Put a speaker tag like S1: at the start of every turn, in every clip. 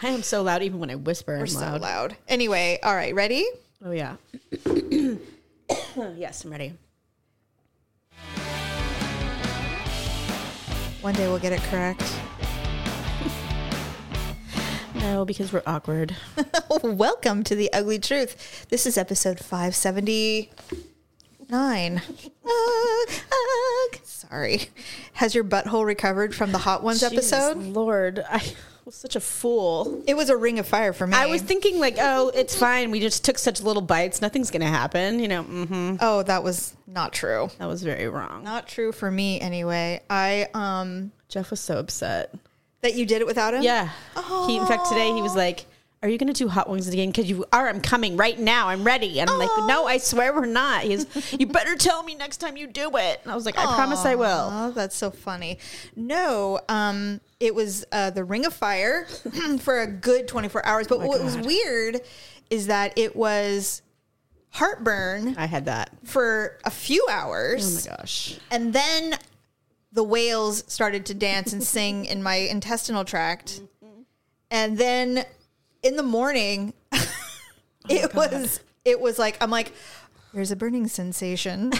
S1: I am so loud, even when I whisper. I'm
S2: We're so loud. Anyway, all right, ready?
S1: Oh yeah. yes, I'm ready.
S2: One day we'll get it correct.
S1: No, because we're awkward.
S2: Welcome to the Ugly Truth. This is episode 579. Ugh, ugh. Sorry. Has your butthole recovered from the Hot Ones episode?
S1: Jesus Lord, I was such a fool.
S2: It was a ring of fire for me.
S1: I was thinking like, oh, it's fine. We just took such little bites. Nothing's gonna happen. You know. Mm-hmm.
S2: oh, that was not true.
S1: That was very wrong.
S2: Not true for me anyway. I um
S1: Jeff was so upset.
S2: that you did it without him?
S1: Yeah. He, in fact, today he was like, "Are you going to do hot wings again? Because you are. I'm coming right now. I'm ready." And I'm like, "No, I swear we're not." He's, "You better tell me next time you do it." And I was like, "I promise I will."
S2: Oh, that's so funny. No, um, it was uh, the Ring of Fire for a good 24 hours.
S1: Oh
S2: But what was weird is that it was heartburn
S1: I had that.
S2: for a few
S1: Oh
S2: hours,
S1: my gosh.
S2: and then the whales started to dance and sing in my intestinal tract, and then in the morning,
S1: Oh
S2: it was it was like I'm like, there's a burning sensation.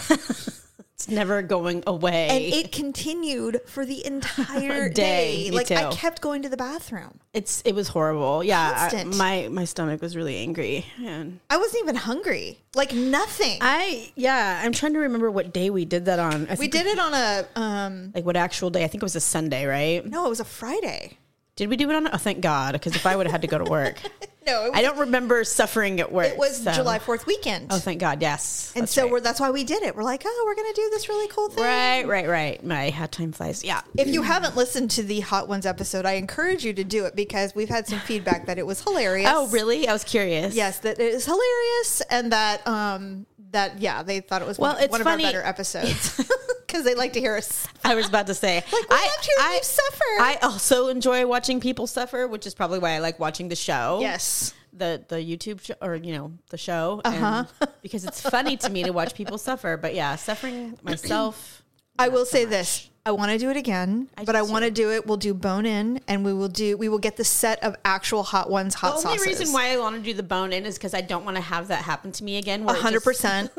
S1: It's never going away.
S2: and it continued for the entire day.
S1: Day, me
S2: Like I
S1: too.
S2: kept going to the bathroom.
S1: it's it was horrible. Yeah. I-
S2: Constant.
S1: my my stomach was really angry. And
S2: I wasn't even hungry. Like nothing.
S1: I yeah, I'm trying to remember what day we did that on. I
S2: we
S1: think-
S2: did it on a um
S1: like what actual day? I think it was a Sunday, right?
S2: no, it was a Friday.
S1: Did we do it on? Oh, thank God, because if I would have had to go to work,
S2: No, it was,
S1: I don't remember suffering at work.
S2: it was
S1: so-
S2: July 4th weekend.
S1: Oh, thank God, yes.
S2: and
S1: That's
S2: so
S1: right.
S2: we're that's why we did it. We're like, "Oh, we're going to do this really cool thing."
S1: right, right, right. My how time flies. Yeah,
S2: If you haven't listened to the Hot Ones episode, I encourage you to do it because we've had some feedback that it was hilarious.
S1: Oh, really? I was curious.
S2: Yes, that it is hilarious, and that um that yeah, they thought it was
S1: Well,
S2: one,
S1: it's
S2: one
S1: funny-
S2: of our better episodes because they like to hear us.
S1: I was about to say.
S2: we loved hearing you suffer.
S1: I also enjoy watching people suffer, which is probably why I like watching the show.
S2: Yes,
S1: the the YouTube show, or you know the show, and because it's funny to me to watch people suffer. But yeah, suffering myself.
S2: I will say this. I want to do it again,
S1: I
S2: but
S1: do
S2: I want to do it. We'll do bone in, and we will do. We will get the set of actual hot ones, hot
S1: The only
S2: sauces.
S1: reason why I want to do the bone in is because I don't want to have that happen to me again. where it just-
S2: hundred percent.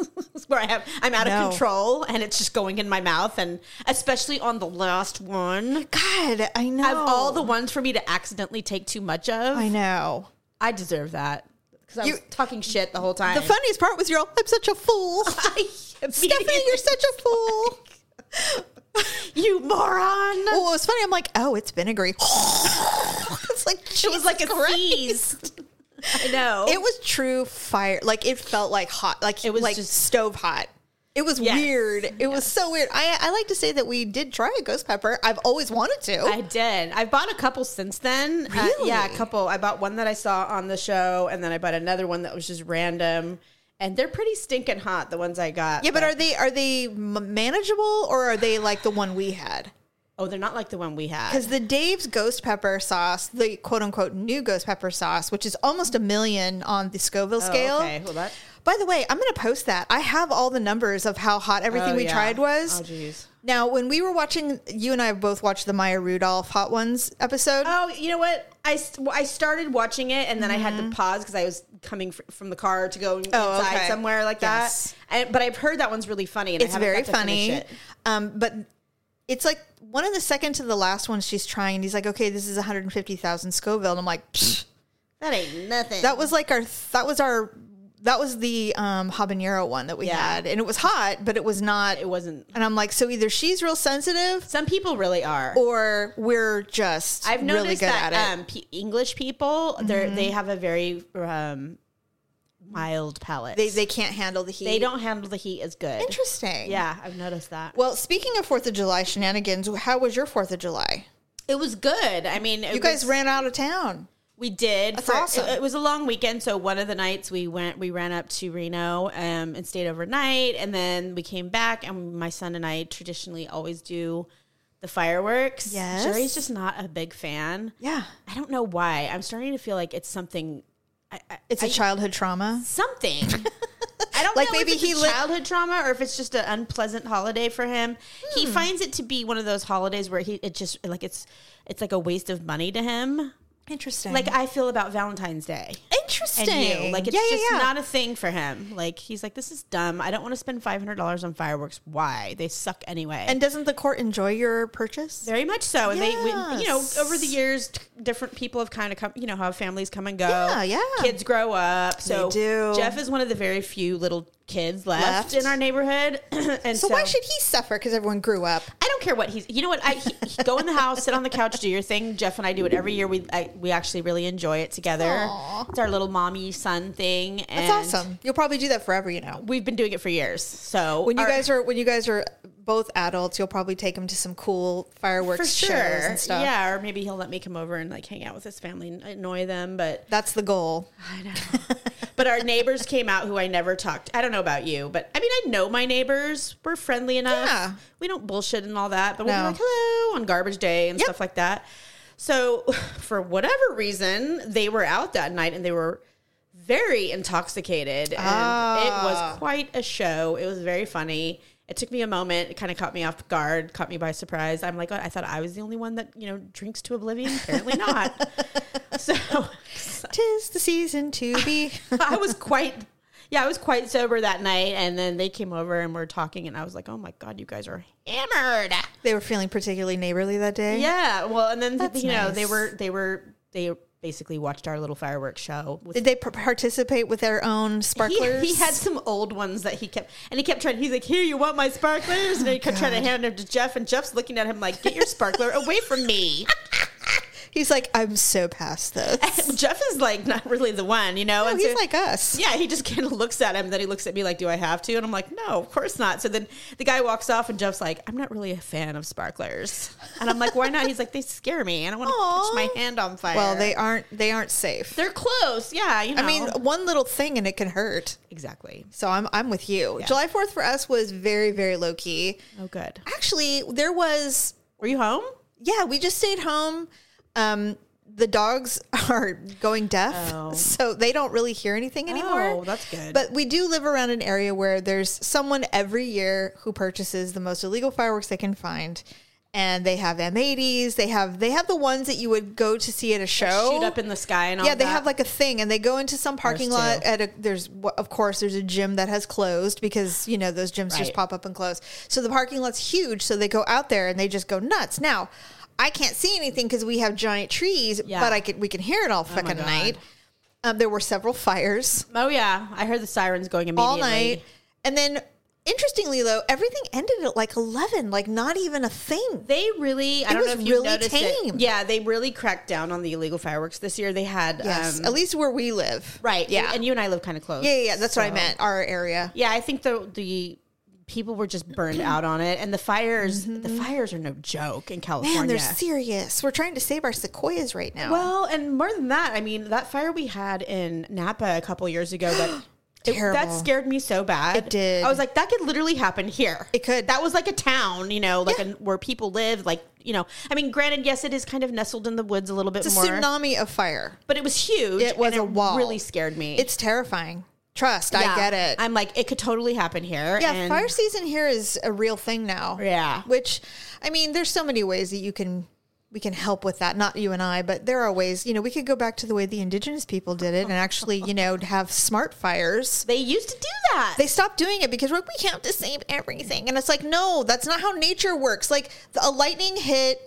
S1: where I have I'm out
S2: No.
S1: of control and it's just going in my mouth, and especially on the last one.
S2: God, I know.
S1: Of all the ones for me to accidentally take too much of,
S2: I
S1: I,
S2: know.
S1: deserve that because I was
S2: You-
S1: talking shit the whole time.
S2: The funniest part was you're all. I'm such a fool, Stephanie. You're such
S1: Oh
S2: a fool.
S1: you moron.
S2: Well, what was funny? I'm like, oh, it's vinegary. it's like
S1: it was like a
S2: Christ.
S1: sneeze. I know.
S2: It was true fire. Like it felt like hot. Like it was
S1: was
S2: like
S1: just-
S2: stove hot. It was
S1: Yes.
S2: weird. It was so weird. I, I like to say that we did try a ghost pepper. I've always wanted to.
S1: I did. I've bought a couple since then. Uh,
S2: Really?
S1: yeah, a couple. I bought one that I saw on the show, and then I bought another one that was just random. And they're pretty stinking hot. The ones I got.
S2: yeah, but are they are they m- manageable or are they like the one we had?
S1: oh, they're not like the one we had.
S2: Because the Dave's ghost pepper sauce, the quote unquote new ghost pepper sauce, which is almost a million on the Scoville scale.
S1: Oh, okay. Well, that-
S2: By the way, I'm going to post that. I have all the numbers of how hot everything
S1: Oh,
S2: we
S1: yeah.
S2: tried was.
S1: Oh, jeez.
S2: Now, when we were watching, you and I both watched the Maya Rudolph Hot Ones episode.
S1: Oh, you know what? I, st- well, I started watching it and then I had to pause because I was coming fr- from the car to go
S2: Mm-hmm. Oh,
S1: inside
S2: okay.
S1: somewhere like
S2: Yes.
S1: that. And, but I've heard that one's really funny. And I
S2: it's
S1: haven't
S2: very
S1: got to finish
S2: funny.
S1: it.
S2: Um, but it's like one of the second to the last ones she's trying. And he's like, okay, this is 150,000 Scoville. And I'm like, "Psh."
S1: That ain't nothing.
S2: that was like our, that was our, that was the um, habanero one that we
S1: Yeah.
S2: had. And it was hot, but it was not.
S1: it wasn't.
S2: And I'm like, so either she's real sensitive
S1: Some people really are.
S2: or we're just
S1: I've noticed
S2: really good
S1: that
S2: at it. Mm-hmm.
S1: um, pe English people, they're they have a very um, mild palate.
S2: they, they can't handle the heat.
S1: They don't handle the heat as good.
S2: Interesting.
S1: Yeah, I've noticed that.
S2: Well, speaking of Fourth of July shenanigans, how was your Fourth of July?
S1: It was good. I mean, it
S2: You guys
S1: was-
S2: ran out of town.
S1: We did.
S2: That's
S1: for-
S2: awesome.
S1: It, it was a long weekend, so one of the nights we went, we ran up to Reno um, and stayed overnight, and then we came back. And my son and I traditionally always do the fireworks.
S2: Yes.
S1: Jerry's just not a big fan.
S2: Yeah,
S1: I don't know why. I'm starting to feel like it's something. I, I,
S2: it's a childhood trauma.
S1: something. I don't
S2: Like,
S1: know
S2: maybe
S1: if it's
S2: he
S1: a
S2: li-
S1: childhood trauma or if it's just an unpleasant holiday for him. He
S2: Hmm.
S1: finds it to be one of those holidays where he it just like it's it's like a waste of money to him.
S2: Interesting.
S1: Like I feel about Valentine's Day.
S2: interesting.
S1: And you. Like it's just not a thing for him. Like he's like, This is dumb. I don't want to spend five hundred dollars on fireworks. Why? They suck anyway.
S2: and doesn't the court enjoy your purchase?
S1: Very much so. And they, we, you know,
S2: Yes.
S1: over the years, t- different people have kind of come, you know, how families come and go.
S2: Yeah, yeah.
S1: Kids grow up. So
S2: do.
S1: Jeff is one of the very few little kids left,
S2: Left.
S1: in our neighborhood. and so,
S2: so, why should he suffer? Because everyone grew up.
S1: I don't care what he's, you know what? I he, he- go in the house, sit on the couch, do your thing. Jeff and I do it every year. We, I, we actually really enjoy it together.
S2: Aw.
S1: It's our little mommy son thing. And
S2: That's awesome. You'll probably do that forever. You know.
S1: We've been doing it for years. So
S2: When you
S1: our-
S2: guys are when you guys are both adults, you'll probably take him to some cool fireworks shows and stuff.
S1: Yeah, or maybe he'll let me come over and like hang out with his family and annoy them, but
S2: That's the goal.
S1: I know. but our neighbors came out who I never talked. I don't know about you, but I mean, I know my neighbors. We're friendly enough.
S2: Yeah.
S1: We don't bullshit and all that, but we'll be
S2: No.
S1: like, hello on garbage day and
S2: Yep.
S1: stuff like that. So, for whatever reason, they were out that night and they were very intoxicated. And it
S2: Ah.
S1: was quite a show. It was very funny. It took me a moment. It kind of caught me off guard, caught me by surprise. I'm like, oh, I thought I was the only one that, you know, drinks to oblivion. Apparently not. so,
S2: Tis the season to be.
S1: I was quite, yeah, I was quite sober that night. And then they came over and we're talking, and I was like, oh my God, you guys are hammered.
S2: they were feeling particularly neighborly that day.
S1: Yeah. Well, and then,
S2: That's
S1: you know, they
S2: nice.
S1: were, they were, they basically watched our little fireworks show. With
S2: Did they par- participate with their own
S1: he,
S2: sparklers?
S1: he had some old ones that he kept, and he kept trying. He's like, "Here, you want my sparklers?" And he kept trying to hand them to Jeff, and Jeff's looking at him like, "Get your sparkler away from me!"
S2: He's like, I'm so past this.
S1: Jeff is like, not really the one, you know.
S2: Oh,
S1: and
S2: he's
S1: so-
S2: like us.
S1: Yeah, he just kind of looks at him. Then he looks at me like, "Do I have to?" And I'm like, "No, of course not." So then the guy walks off, and Jeff's like, "I'm not really a fan of sparklers," and I'm like, "Why not?" He's like, "They scare me. I don't want
S2: Aw.
S1: to catch my hand on fire."
S2: Well, they aren't. They aren't safe.
S1: they're close. Yeah, you know.
S2: I mean, oh one little thing and it can hurt.
S1: exactly.
S2: So I'm I'm with you. July Fourth for us was very very low key.
S1: Oh, good.
S2: Actually, there was
S1: Were you home?
S2: yeah. We just stayed home. Um, the dogs are going deaf,
S1: Oh.
S2: so they don't really hear anything anymore.
S1: Oh, that's good.
S2: But we do live around an area where there's someone every year who purchases the most illegal fireworks they can find. And they have M80s. They have they have the ones that you would go to see at a show.
S1: shoot up in the sky and all.
S2: Oh. Yeah, they
S1: that.
S2: have like a thing, and they go into some parking
S1: too.
S2: lot at a. There's wh- of course there's a gym that has closed because you know those gyms just
S1: Right.
S2: pop up and close. So the parking lot's huge, so they go out there and they just go nuts. Now, I can't see anything because we have giant trees,
S1: Yeah. Oh
S2: but I could we can hear it all
S1: my
S2: fucking
S1: God.
S2: night. Um, there were several fires
S1: Oh yeah, I heard the sirens going immediately.
S2: all night, and then interestingly though, everything ended at like eleven, like not even a thing.
S1: They really, I don't
S2: was
S1: know if you
S2: really
S1: noticed
S2: tame.
S1: it. Yeah, they really cracked down on the illegal fireworks this year. They had,
S2: Yes,
S1: um,
S2: at least where we live,
S1: right?
S2: Yeah,
S1: and you and I live kind of close.
S2: yeah, yeah. That's what I
S1: so-
S2: meant. Our area.
S1: Yeah, I think the the people were just burned out on it, and the fires the fires are no joke in California.
S2: Man, they're serious. We're trying to save our sequoias right now.
S1: well, and more than that, I mean that fire we had in Napa a couple years ago that. it- that
S2: Terrible.
S1: scared me so bad.
S2: It did.
S1: I was like, that could literally happen here.
S2: It could.
S1: That was like a town, you know, like a, where people live. Like, you know, I mean, granted, yes, it is kind of nestled in the woods a little bit
S2: it's a
S1: more,
S2: tsunami of fire.
S1: but it was huge.
S2: It was
S1: and
S2: a wall.
S1: Really scared me.
S2: It's terrifying. Trust,
S1: Yeah.
S2: I get it.
S1: I'm like, it could totally happen here.
S2: yeah,
S1: and-
S2: fire season here is a real thing now.
S1: Yeah.
S2: Which, I mean, there's so many ways that you can we can help with that. Not you and I, but there are ways. You know, we could go back to the way the indigenous people did it and actually, you know, have smart fires.
S1: They used to do that.
S2: They stopped doing it because we're like, we have to save everything. And it's like, no, that's not how nature works. Like a lightning hit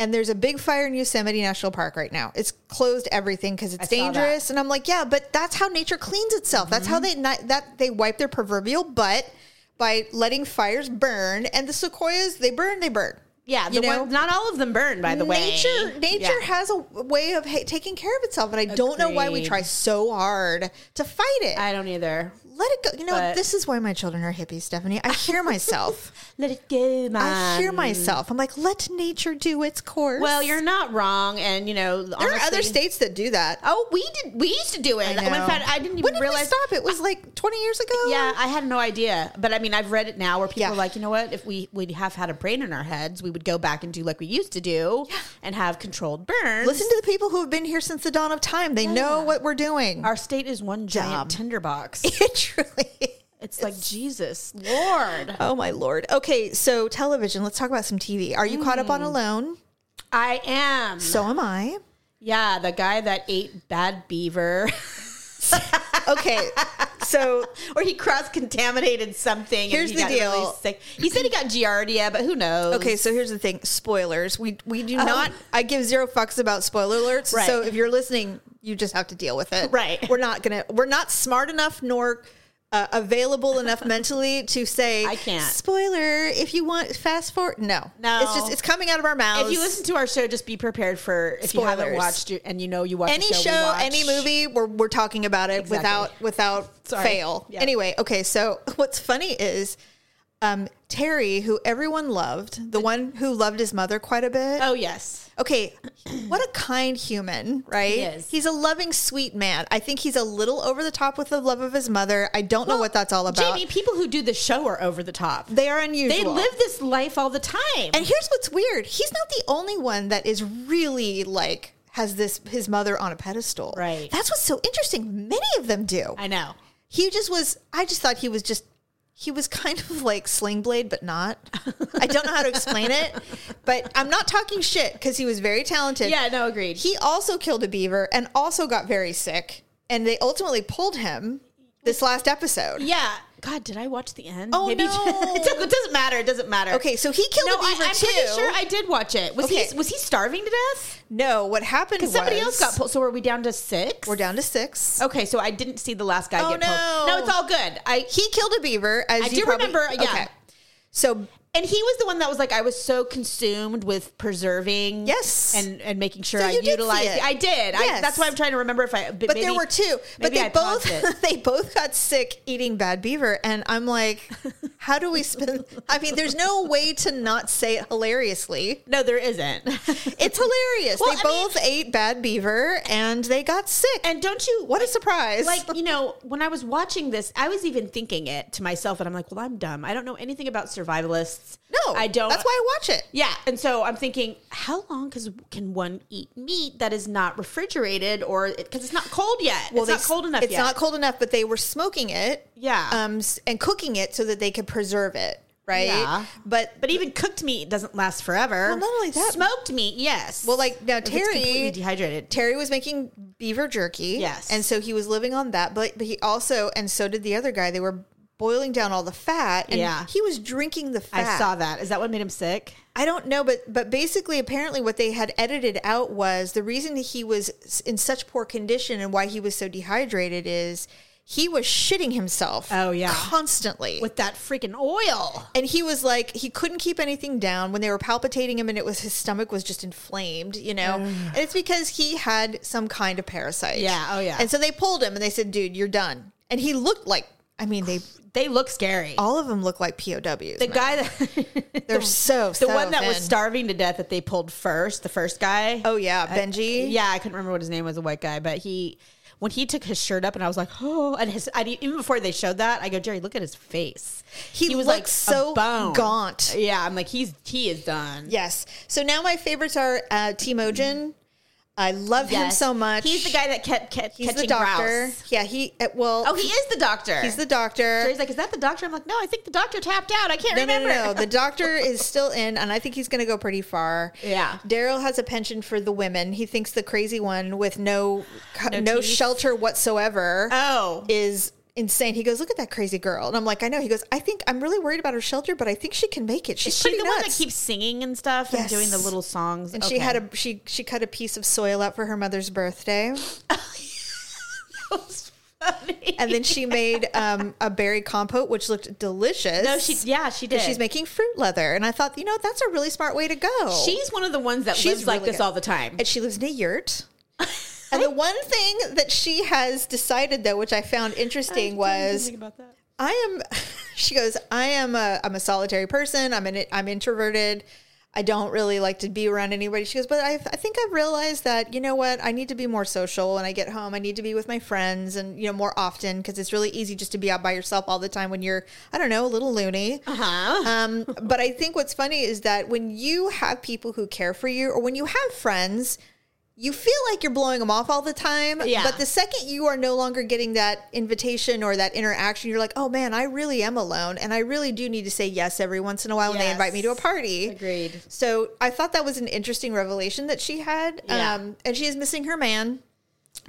S2: and there's a big fire in Yosemite National Park right now. It's closed everything because it's
S1: saw that.
S2: dangerous. And I'm like, yeah, but that's how nature cleans itself. That's how
S1: Mm-hmm.
S2: they ni- that they wipe their proverbial butt by letting fires burn. And the sequoias, they burn, they burn.
S1: Yeah, the
S2: You know?
S1: ones, not all of them burn, by the way.
S2: Nature, nature
S1: Yeah.
S2: has a way of ha- taking care of itself, and I don't know why we
S1: Agreed.
S2: try so hard to fight it.
S1: I don't either.
S2: Let it go. You know,
S1: But-
S2: this is why my children are hippies, Stephanie. I hear myself.
S1: Let it go, man.
S2: I hear myself. I'm like, let nature do its course.
S1: Um, Well, you're not wrong, and you know there
S2: There are other states that do that.
S1: Oh, we did. We used to do it.
S2: I
S1: When
S2: know.
S1: in fact, I didn't even
S2: when did
S1: realize.
S2: we stop? It was like 20 years ago.
S1: Yeah, I had no idea. But I mean, I've read it now where people
S2: Yeah.
S1: are like, you know what? If we would have had a brain in our heads, we would go back and do like we used to do and have controlled burns.
S2: Listen to the people who have been here since the dawn of time. They know what we're doing.
S1: our state is one
S2: Dumb.
S1: giant tinderbox.
S2: it truly.
S1: It's like Jesus, Lord.
S2: Oh my lord. Okay, so television. Let's talk about some TV. Are you caught up on Alone?
S1: I am.
S2: Hmm. So am I.
S1: Yeah, the guy that ate Bad Beaver,
S2: Okay. So
S1: or he cross contaminated something. and
S2: Here's
S1: he
S2: the
S1: got really
S2: deal.
S1: sick. He said he got giardia, but who knows?
S2: okay, so here's the thing. Spoilers. We we do not I give zero fucks about spoiler alerts.
S1: Oh. Right.
S2: So if you're listening, you just have to deal with it.
S1: Right.
S2: We're not gonna we're not smart enough nor uh, available enough mentally to say
S1: I can't.
S2: spoiler if you want fast forward no
S1: No.
S2: it's just it's coming out of our mouths
S1: If you listen to our show, just be prepared for if you haven't
S2: Spoilers.
S1: watched you- and you know you watch
S2: any
S1: the
S2: show,
S1: show, we watch.
S2: any movie, we're, we're talking about it
S1: Exactly.
S2: without without
S1: Sorry.
S2: fail.
S1: Yeah.
S2: Anyway, okay, so what's funny is um, Terry, who everyone loved, the one who loved his mother quite a bit.
S1: Oh yes,
S2: Okay, what a kind human, right?
S1: He is.
S2: He's a loving, sweet man. I think he's a little over the top with the love of his mother. I don't know what that's all about.
S1: Jamie, people who do the show are over the top.
S2: they are unusual.
S1: They live this life all the time.
S2: And here's what's weird. He's not the only one that is really like has this his mother on a pedestal.
S1: Right.
S2: That's what's so interesting. Many of them do.
S1: I know.
S2: He just was I just thought he was just he was kind of like Sling Blade, but not. I don't know how to explain it, but I'm not talking shit because he was very talented.
S1: Yeah, no, agreed.
S2: He also killed a beaver and also got very sick, and they ultimately pulled him this last episode.
S1: yeah. God, did I watch the end?
S2: Oh, no.
S1: it doesn't- it doesn't matter. It doesn't matter.
S2: Okay, so he killed
S1: No,
S2: a
S1: I,
S2: beaver
S1: I'm
S2: too.
S1: pretty sure I did watch it. Was
S2: Okay.
S1: he was he starving to death?
S2: no, what happened? was
S1: Somebody else got pulled. So were we down to six?
S2: We're down to six.
S1: Okay, so I didn't see the last guy
S2: Oh,
S1: get
S2: no.
S1: pulled. No, it's all good. I
S2: he killed a beaver. As
S1: I
S2: you
S1: do
S2: probably,
S1: remember, yeah.
S2: So
S1: and he was the one that was like, I was so consumed with preserving,
S2: Yes.
S1: and and making sure
S2: So
S1: I
S2: you did see
S1: utilized.
S2: it.
S1: I did. I,
S2: Yes.
S1: that's why I'm trying to remember if I.
S2: but there were two. But
S1: maybe
S2: they
S1: I paused
S2: both they both got sick eating bad beaver, and I'm like, how do we spend? I mean, there's no way to not say it hilariously.
S1: No, there isn't.
S2: It's hilarious.
S1: Well,
S2: they
S1: I
S2: both ate bad beaver and they got sick.
S1: and don't you
S2: what a surprise!
S1: like you know when i was watching this i was even thinking it to myself and i'm like well i'm dumb i don't know anything about survivalists
S2: no,
S1: i don't
S2: That's why I watch it.
S1: yeah and so i'm thinking how long cause can one eat meat that is not refrigerated or because it's not cold yet it's
S2: they
S1: not cold enough
S2: It's
S1: yet
S2: not cold enough, but they were smoking it.
S1: Yeah.
S2: Um, s- and cooking it so that they could preserve it. Right.
S1: Yeah.
S2: But
S1: but even cooked meat doesn't last forever
S2: Well, not only that-
S1: smoked meat yes
S2: Well, like now
S1: If it's
S2: Terry,
S1: completely dehydrated
S2: Terry was making beaver jerky.
S1: Yes.
S2: and so he was living on that. But but he also, and so did the other guy. They were boiling down all the fat. And
S1: Yeah.
S2: he was drinking the fat.
S1: i saw that is that what made him sick
S2: I don't know, but but basically, apparently, what they had edited out was the reason he was s- in such poor condition and why he was so dehydrated is he was shitting himself.
S1: Oh, yeah.
S2: constantly.
S1: with that freaking oil
S2: and he was like he couldn't keep anything down when they were palpitating him and it was his stomach was just inflamed you know and it's because he had some kind of parasite
S1: Yeah, oh, yeah.
S2: and so they pulled him and they said dude you're done and he looked like i mean they
S1: they look scary
S2: all of them look like pows
S1: the
S2: man.
S1: guy that
S2: they're so
S1: The one that was
S2: thin.
S1: starving to death that they pulled first, the first guy.
S2: oh yeah benji
S1: Uh, Yeah, I couldn't remember what his name was, a white guy, but he when he took his shirt up and I was like, oh, and his I, even before they showed that, I go, Jerry, look at his face.
S2: He looks so gaunt.
S1: Yeah, I'm like he's he is done.
S2: yes so now my favorites are uh timojin i love him
S1: Yes.
S2: so much
S1: He's the guy that kept, kept
S2: he's
S1: catching
S2: the doctor
S1: grouse.
S2: yeah he uh, well
S1: Oh, he is the doctor.
S2: he's the doctor
S1: Jerry's like, is that the doctor? I'm like, no, I think the doctor tapped out. I can't
S2: No, no,
S1: remember.
S2: no, no. The doctor is still in, and I think he's going to go pretty far.
S1: Yeah.
S2: Daryl has a penchant for the women. He thinks the crazy one with no no,
S1: teeth.
S2: shelter whatsoever
S1: oh,
S2: is insane. He goes, "Look at that crazy girl," and I'm like, "I know." He goes, "I think I'm really worried about her shelter, but I think she can make it. She's
S1: is she
S2: pretty
S1: the
S2: nuts."
S1: one that keeps singing and stuff
S2: Yes.
S1: and doing the little songs?
S2: and she had a she she cut a piece of soil out for her mother's birthday,
S1: funny.
S2: and then she made um, a berry compote, which looked delicious.
S1: No, she yeah, she did.
S2: she's making fruit leather, and I thought, you know, that's a really smart way to go.
S1: She's one of the ones that
S2: She's
S1: lives like
S2: really
S1: this
S2: good.
S1: all the time.
S2: and she lives in a yurt. and the one thing that she has decided, though, which I found interesting, was I am. She goes, I am a I'm a solitary person. I'm an I'm introverted. I don't really like to be around anybody. She goes, but I, I think I've realized that you know what I need to be more social. When I get home, I need to be with my friends and you know more often because it's really easy just to be out by yourself all the time when you're I don't know a little loony.
S1: huh?
S2: Um, but I think what's funny is that when you have people who care for you, or when you have friends, you feel like you're blowing them off all the time.
S1: Yeah.
S2: But the second you are no longer getting that invitation or that interaction, you're like, oh man, I really am alone. And I really do need to say yes every once in a while when they
S1: Yes.
S2: invite me to a party.
S1: Agreed.
S2: So I thought that was an interesting revelation that she had.
S1: Yeah.
S2: Um, and she is missing her man,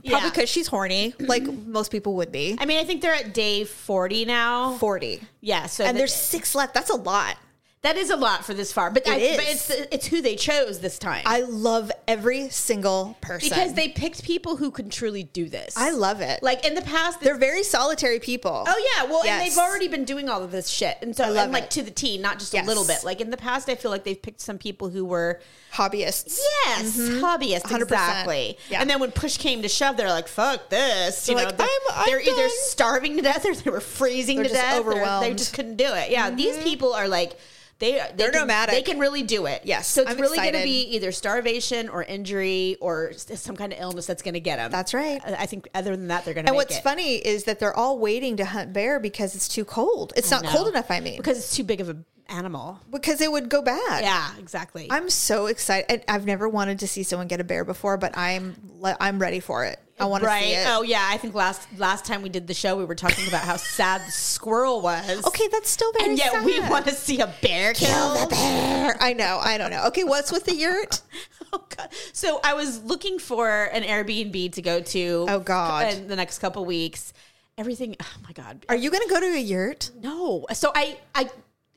S1: Yeah.
S2: probably because she's horny, like most people would be.
S1: I mean, I think they're at day 40 now.
S2: 40.
S1: Yeah. So
S2: And
S1: th-
S2: there's six left. That's a lot.
S1: that is a lot for this far, but, I,
S2: is.
S1: but it's, it's who they chose this time.
S2: I love every single person.
S1: because they picked people who can truly do this.
S2: I love it. Like,
S1: like in the past,
S2: they're very solitary people.
S1: Oh yeah, well, and
S2: Yes.
S1: they've already been doing all of this shit, and so
S2: love
S1: and, like
S2: it.
S1: to the T, not just
S2: Yes.
S1: a little bit. Like in the past, I feel like they've picked some people who were
S2: Hobbyists.
S1: yes, hobbyists,
S2: 100%.
S1: exactly.
S2: Yeah.
S1: And then when push came to shove, they're like, "Fuck this!" You
S2: They're
S1: know,
S2: like,
S1: they're,
S2: "I'm- I'm
S1: they're either
S2: done."
S1: starving to death or they were freezing
S2: They're
S1: to
S2: just
S1: death. or They
S2: overwhelmed. Mm-hmm.
S1: just couldn't do it. Yeah, these people are like. They, they
S2: They're
S1: can,
S2: nomadic.
S1: They can really do it.
S2: Yes,
S1: So it's
S2: I'm
S1: really going to
S2: excited.
S1: be either starvation or injury or s- some kind of illness that's going to get them.
S2: That's right.
S1: I I think other than that, they're going to.
S2: And what's funny is that they're all waiting to hunt bear because it's too cold. It's not
S1: No.
S2: cold enough, I mean, because,
S1: because it's too big of an animal.
S2: it would go bad.
S1: Yeah, exactly.
S2: I'm so excited. And I've never wanted to see someone get a bear before, but I'm le- I'm ready for it. I want to see
S1: right.
S2: it.
S1: Oh yeah, I think last last time we did the show, we were talking about how sad the squirrel was.
S2: Okay, that's still very
S1: and yet
S2: sad.
S1: we want to see a bear
S2: kill the
S1: killed.
S2: bear. I know. I don't know. Okay, what's with the yurt?
S1: Oh god. So I was looking for an Airbnb to go to.
S2: Oh, God.
S1: In the next couple weeks, everything. Oh my god.
S2: Are you going to go to a yurt?
S1: No. So I I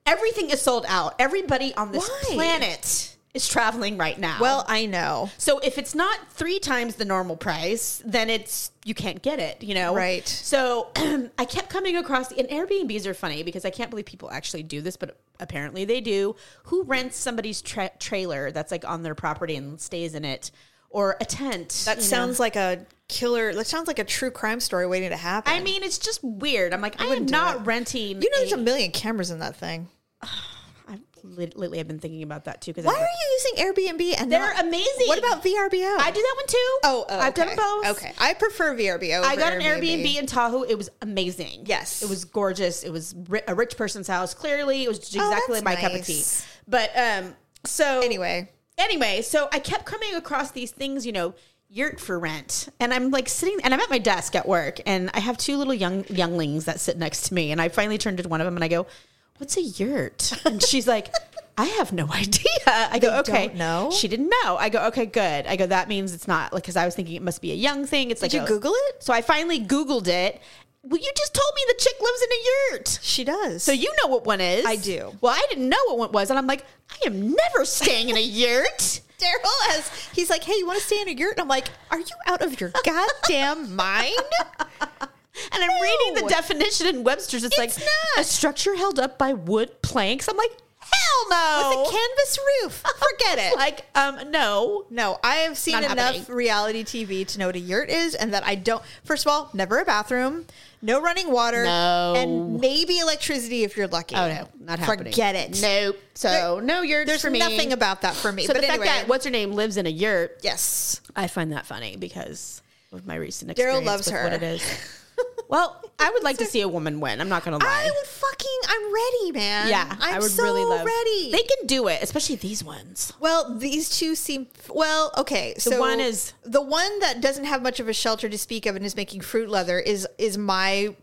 S1: everything is sold out. Everybody on this
S2: Why?
S1: planet is traveling right now.
S2: Well, I know.
S1: So if it's not three times the normal price, then it's you can't get it, you know?
S2: Right.
S1: So I kept coming across and Airbnbs are funny because I can't believe people actually do this, but apparently they do. Who rents somebody's tra- trailer that's like on their property and stays in it, or a tent?
S2: That
S1: you know?
S2: sounds like a killer. That sounds like a true crime story waiting to happen.
S1: I mean, it's just weird. I'm like, I, am
S2: wouldn't do
S1: not
S2: it.
S1: renting.
S2: you know, there's
S1: a-
S2: a million cameras in that thing.
S1: I've lit- lately I've been thinking about that too. Because
S2: Why are you using Airbnb and
S1: They're
S2: not-
S1: amazing.
S2: What about VRBO?
S1: I do that one too.
S2: Oh, oh,
S1: I've done
S2: okay.
S1: both.
S2: Okay, I prefer VRBO.
S1: I
S2: over
S1: got an Airbnb in Tahoe. It was amazing.
S2: Yes.
S1: it was gorgeous. It was ri- a rich person's house. Clearly, it was just exactly
S2: Oh, that's
S1: my cup of tea.
S2: nice.
S1: But um, so
S2: Anyway,
S1: anyway, so I kept coming across these things, you know, yurt for rent, and I'm like sitting, and I'm at my desk at work, and I have two little young younglings that sit next to me, and I finally turned to one of them and I go, "What's a yurt?" And she's like. I have no idea. I go,
S2: They
S1: okay.
S2: don't know?
S1: She didn't know. I go, okay, good. I go, that means it's not like, cause I was thinking it must be a young thing. It's like,
S2: did you
S1: a-
S2: Google it?
S1: so I finally Googled it. Well, you just told me the chick lives in a yurt.
S2: She does.
S1: So you know what one is.
S2: I do.
S1: Well, I didn't know what one was. And I'm like, I am never staying in a yurt.
S2: Daryl has. He's like, "Hey, you want to stay in a yurt?" And I'm like, "Are you out of your goddamn mind?"
S1: And I'm reading
S2: No.
S1: the definition in Webster's. It's, like
S2: It's
S1: a
S2: not.
S1: structure held up by wood planks. I'm like, hell no.
S2: With a canvas roof. Forget it.
S1: Like, um, no.
S2: no, I have seen
S1: Not
S2: enough
S1: happening.
S2: reality TV to know what a yurt is, and that I don't. First of all, never a bathroom, no running water,
S1: No.
S2: and maybe electricity if you're lucky.
S1: Oh no, not happening.
S2: Forget it.
S1: Nope. So
S2: There-
S1: no yurt.
S2: There's
S1: for me.
S2: nothing about that for me.
S1: So
S2: but
S1: the fact
S2: anyway,
S1: that what's her name lives in a yurt
S2: yes,
S1: I find that funny because of my recent
S2: Daryl
S1: experience.
S2: loves
S1: with
S2: her.
S1: What it is. Well, I would like to see a woman win. I'm not going to
S2: I
S1: lie.
S2: would fucking. I'm ready, man.
S1: yeah,
S2: I'm
S1: I would
S2: so
S1: really love.
S2: ready.
S1: They can do it, especially these ones.
S2: well, these two seem well. Okay, so
S1: one is-
S2: the one that doesn't have much of a shelter to speak of and is making fruit leather is is my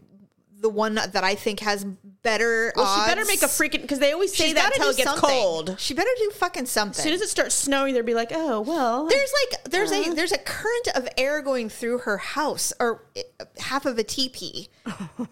S2: the one that I think has better.
S1: Well, she better make a
S2: free.
S1: freaking because they always say that until it gets cold. As
S2: She better do fucking something.
S1: soon as it starts snowing, they'll be like, "Oh well."
S2: there's like there's a there's a current of air going through her house or uh, half of a teepee.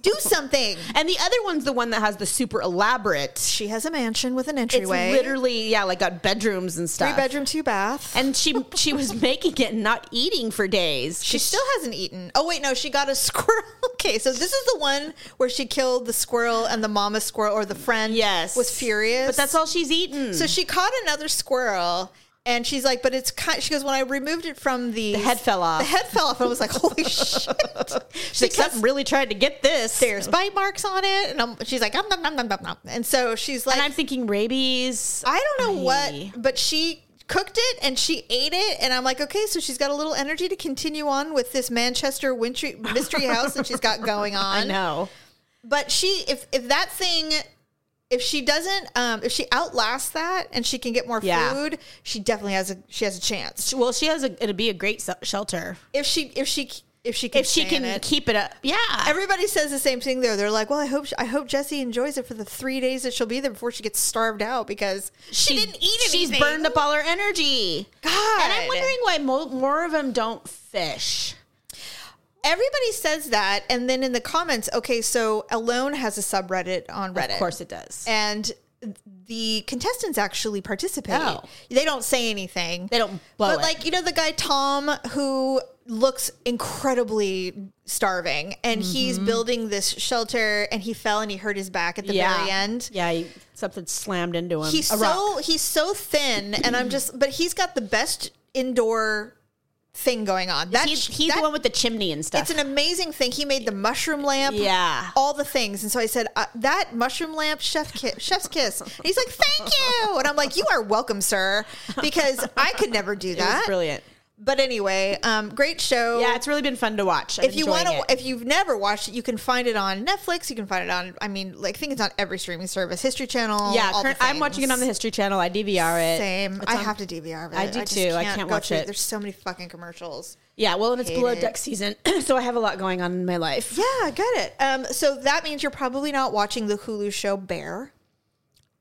S2: Do something.
S1: And the other one's the one that has the super elaborate.
S2: She has a mansion with an
S1: It's
S2: entryway.
S1: literally yeah, like got bedrooms and stuff.
S2: three bedroom, two bath.
S1: And she she was making it and not eating for days.
S2: she still hasn't eaten. Oh wait, no, she got a squirrel. Okay, so this is the one where she killed the squirrel and the mama squirrel or the friend
S1: yes
S2: was furious.
S1: but that's all she's eaten.
S2: So she caught another squirrel and she's like, but it's kind she goes, when I removed it from the,
S1: The head fell off.
S2: The head fell off. I was like, holy shit.
S1: She's like,
S2: Because
S1: something really tried to get this.
S2: there's bite marks on it. And I'm, she's like, um, nom, nom, nom, nom, nom. and so she's like,
S1: And I'm thinking rabies.
S2: I don't know
S1: Aye.
S2: what, but she cooked it and she ate it. And I'm like, okay, so she's got a little energy to continue on with this Manchester wintry, mystery house that she's got going
S1: I
S2: on.
S1: know.
S2: But she, if, if that thing if she doesn't, um, if she outlasts that and she can get more
S1: Yeah.
S2: food, she definitely has a she has a chance.
S1: Well, she has a. It'd be a great se- shelter
S2: If she if she if she can
S1: if she
S2: stand
S1: can
S2: it.
S1: keep it up. Yeah.
S2: Everybody says the same thing there. They're like, "Well, I hope I hope Jesse enjoys it for the three days that she'll be there before she gets starved out because she, didn't eat anything."
S1: She's burned up all her energy.
S2: God.
S1: And I'm wondering why mo- more of them don't fish.
S2: Everybody says that, and then in the comments, okay, so Alone has a subreddit on Reddit,
S1: Of course it does.
S2: and the contestants actually participate.
S1: Oh.
S2: They don't say anything.
S1: They don't blow
S2: but
S1: it.
S2: like you know the guy Tom who looks incredibly starving and he's
S1: Mm-hmm.
S2: building this shelter and he fell and he hurt his back at the very end.
S1: Yeah, he, something slammed into him.
S2: He's
S1: A rock.
S2: so he's so thin and I'm just but he's got the best indoor thing going on. That's
S1: he's, he's the one with the chimney and stuff.
S2: it's an amazing thing. He made the mushroom lamp.
S1: Yeah.
S2: All the things. And so I said, uh, that mushroom lamp, chef ki- chef's kiss. And he's like, thank you. And I'm like, you are welcome, sir, because I could never do
S1: It was
S2: that.
S1: brilliant.
S2: But anyway, um, great show.
S1: Yeah, it's really been fun to watch. I'm
S2: If you want
S1: enjoying
S2: to,
S1: it.
S2: if you've never watched it, you can find it on Netflix. You can find it on, I mean, like, I think it's on every streaming service, History Channel.
S1: yeah,
S2: all the
S1: current- I'm watching it on the
S2: things.
S1: History Channel. I DVR it.
S2: Same.
S1: It's
S2: I
S1: on-
S2: have to DVR. But
S1: I do
S2: just
S1: too. I can't
S2: go
S1: watch
S2: through
S1: it.
S2: There's so many fucking commercials.
S1: Yeah, well, and it's
S2: Hate
S1: below
S2: it.
S1: deck season, so I have a lot going on in my life.
S2: Yeah, I got it. Um, so that means you're probably not watching the Hulu show Bear.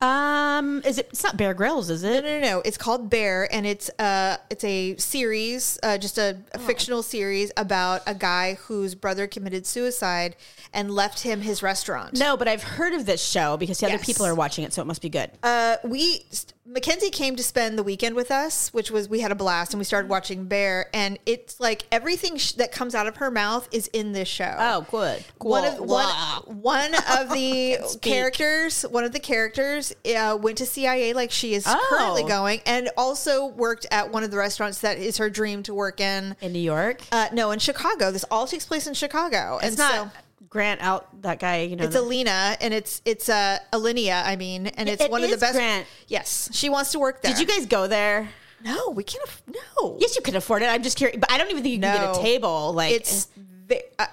S1: Um, is it? It's not Bear Grylls, is it?
S2: No, no, no. It's called Bear, and it's uh, it's a series, uh, just a, a fictional series about a guy whose brother committed suicide and left him his restaurant.
S1: No, but I've heard of this show because the other
S2: Yes.
S1: people are watching it, so it must be good.
S2: Uh, we Mackenzie came to spend the weekend with us, which was we had a blast, and we
S1: Mm-hmm.
S2: started watching Bear, and it's like everything sh- that comes out of her mouth is in this show.
S1: oh, good.
S2: one of
S1: Cool.
S2: one,
S1: Wow.
S2: one of the
S1: speak.
S2: characters one of the characters uh, went to CIA like she is
S1: Oh.
S2: currently going and also worked at one of the restaurants that is her dream to work in
S1: in New York.
S2: uh, no in Chicago this all takes place in Chicago and
S1: it's not
S2: so
S1: Grant out that guy. You know,
S2: it's Alina and it's it's uh, Alinea I mean and it's
S1: It
S2: one of the
S1: is
S2: best
S1: Grant.
S2: yes she wants to work there
S1: did you guys go there?
S2: no we can't aff- no
S1: Yes, you could afford it. I'm just curious, but I don't even think you can get
S2: No.
S1: a table. Like
S2: it's ve- uh,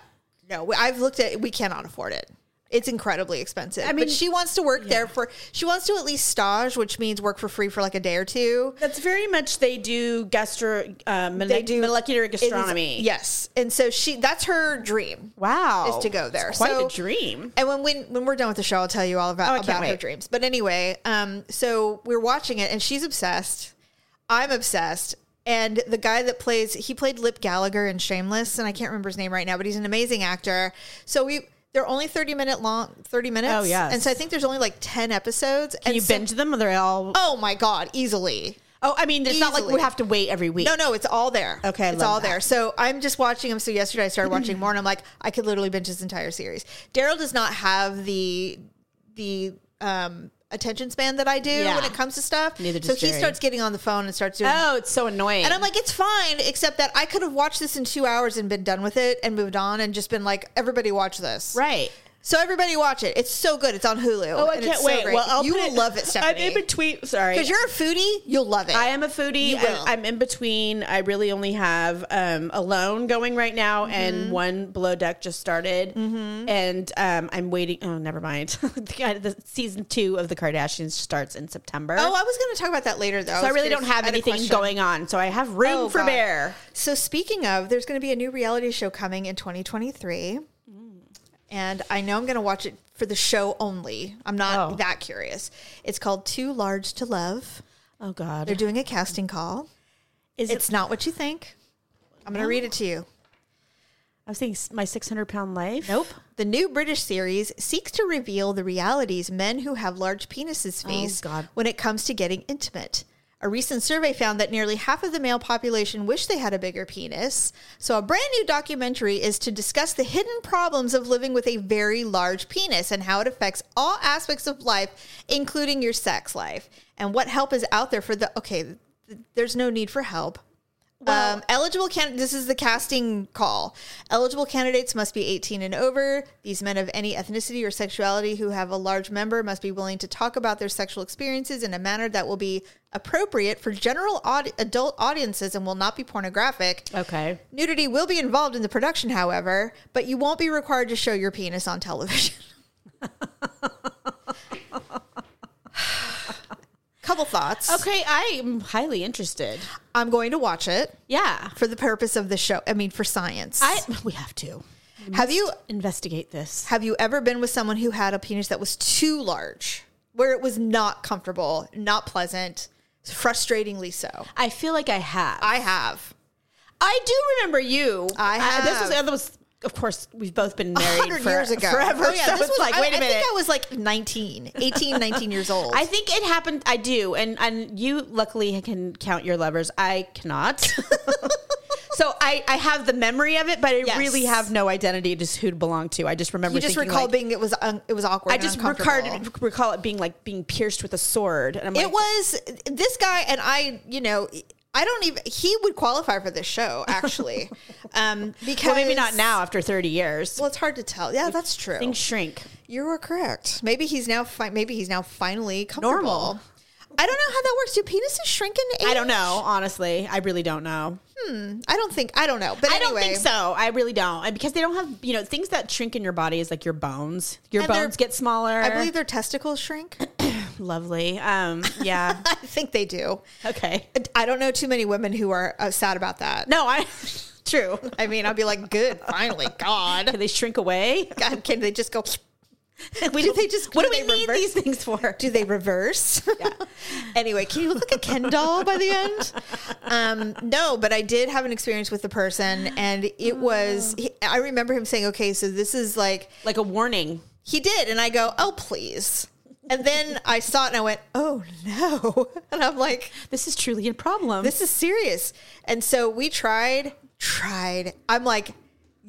S2: no i've looked at we cannot afford it it's incredibly expensive i mean
S1: mean-
S2: but she wants to work there for she wants to at least stage which means work for free for like a day or two
S1: that's very much they do gastro, uh, mole-
S2: They do-
S1: molecular
S2: It is-
S1: gastronomy.
S2: yes and so she that's her dream
S1: wow,
S2: is to go there.
S1: Oh, It's quite
S2: So-
S1: a dream.
S2: and when, when when we're done with the show i'll tell you all about,
S1: Oh, I can't
S2: about her
S1: wait.
S2: dreams but anyway um so we're watching it and she's obsessed i'm obsessed and the guy that plays he played lip gallagher in shameless and i can't remember his name right now but he's an amazing actor so we they're only 30 minute long 30 minutes
S1: Oh, yes.
S2: and so i think there's only like 10 episodes
S1: Can
S2: and
S1: you
S2: so-
S1: binge them? Or they're all.
S2: oh my god easily
S1: Oh, I mean, it's not like we
S2: easily.
S1: have to wait every week.
S2: no, no, it's all there.
S1: Okay, I
S2: it's
S1: love
S2: all
S1: that.
S2: there. So I'm just watching them. So yesterday I started watching more, and I'm like, I could literally binge this entire series. Daryl does not have the the um, attention span that I do
S1: Yeah.
S2: when it comes to stuff.
S1: Neither
S2: so
S1: does
S2: he
S1: Jerry.
S2: starts getting on the phone and starts doing.
S1: Oh, it's so annoying.
S2: And I'm like, it's fine, except that I could have watched this in two hours and been done with it and moved on and just been like, everybody watch this.
S1: right.
S2: So everybody watch it. It's so good. It's on Hulu.
S1: Oh, I
S2: and
S1: can't
S2: it's so
S1: wait.
S2: great.
S1: well, I'll
S2: you
S1: put
S2: will
S1: it-
S2: love it,
S1: I'm in
S2: Stephanie.
S1: between. Sorry,
S2: Because you're a foodie, you'll love it.
S1: I am a foodie.
S2: You will.
S1: I'm, I'm in between. I really only have um, alone going right now,
S2: Mm-hmm.
S1: and one below deck just started, and um, I'm waiting. Oh, never mind. the, guy- the season two of the Kardashians starts in September.
S2: Oh, I was going to talk about that later, though.
S1: so I
S2: was
S1: really don't
S2: curious.
S1: have
S2: I had a
S1: anything
S2: question.
S1: going on. So I have room
S2: Oh,
S1: for
S2: God.
S1: bear.
S2: So speaking of, there's going to be a new reality show coming in 2023. And I know I'm going to watch it for the show only. I'm not
S1: Oh.
S2: that curious. It's called Too Large to Love.
S1: Oh God,
S2: They're doing a casting call.
S1: is it?
S2: It's not what you think. I'm going to read it to you.
S1: I was thinking s- my 600 pound life.
S2: Nope. The new British series seeks to reveal the realities men who have large penises face
S1: God.
S2: when it comes to getting intimate. A recent survey found that nearly half of the male population wish they had a bigger penis. So, a brand new documentary is to discuss the hidden problems of living with a very large penis and how it affects all aspects of life, including your sex life, and what help is out there for the. Okay, th- there's no need for help. Um, eligible can this is the casting call. Eligible candidates must be 18 and over. These men of any ethnicity or sexuality who have a large member must be willing to talk about their sexual experiences in a manner that will be appropriate for general aud- adult audiences and will not be pornographic.
S1: Okay.
S2: Nudity will be involved in the production, however, but you won't be required to show your penis on television. couple thoughts.
S1: Okay, I'm highly interested.
S2: I'm going to watch it
S1: Yeah.
S2: for the purpose of the show. I mean, for science.
S1: I we have to
S2: have you
S1: investigate this.
S2: have you ever been with someone who had a penis that was too large, where it was not comfortable, not pleasant, frustratingly so?
S1: I feel like I have.
S2: I have.
S1: I do remember you. Uh,
S2: I
S1: this was
S2: have.
S1: that was of course we've both been married
S2: hundred
S1: for,
S2: years ago.
S1: forever.
S2: Oh, yeah,
S1: so
S2: this
S1: it's
S2: was
S1: like
S2: I,
S1: wait a
S2: I
S1: minute.
S2: think I was like 19, 18, 19 years old.
S1: I think it happened. I do, and and you luckily can count your lovers. I cannot. so I I have the memory of it, but I
S2: Yes.
S1: really have no identity just who to belong to. I just remember.
S2: you just
S1: thinking,
S2: recall
S1: like,
S2: being it was un, it was awkward.
S1: I
S2: and
S1: just
S2: uncomfortable.
S1: recall, recall it being like being pierced with a sword, and I'm like,
S2: It was this guy and I, you know, I don't even he would qualify for this show actually. um because
S1: well, maybe not now after 30 years.
S2: Well, it's hard to tell. Yeah, that's true.
S1: Things shrink.
S2: You were correct. Maybe he's now fi- maybe he's now finally comfortable.
S1: Normal.
S2: I don't know how that works. Do penises shrink in age?
S1: I don't know, honestly. I really don't know.
S2: I don't think I don't know. But
S1: I don't
S2: anyway.
S1: think so. I really don't. And because they don't have, you know, things that shrink in your body is like your bones. Your
S2: And they're-
S1: bones get smaller.
S2: I believe their testicles shrink.
S1: lovely. Um, yeah.
S2: I think they do.
S1: okay.
S2: I don't know too many women who are uh, sad about that.
S1: No, I true.
S2: I mean, I'll be like, good, finally, God.
S1: Can they shrink away?
S2: God, can they just go?
S1: We
S2: Do they just-
S1: What do
S2: do
S1: we
S2: they
S1: need these
S2: reverse?
S1: things for?
S2: Do they reverse? anyway, can you look at Ken doll by the end? Um, no, but I did have an experience with the person, and
S1: Oh,
S2: it was. He, I remember him saying, "Okay, so this is like
S1: Like a warning.
S2: he did," and I go, "Oh, please." And then I saw it and I went, "Oh no!" And I'm like,
S1: This is truly a problem.
S2: this is serious. And so we tried, tried. I'm like,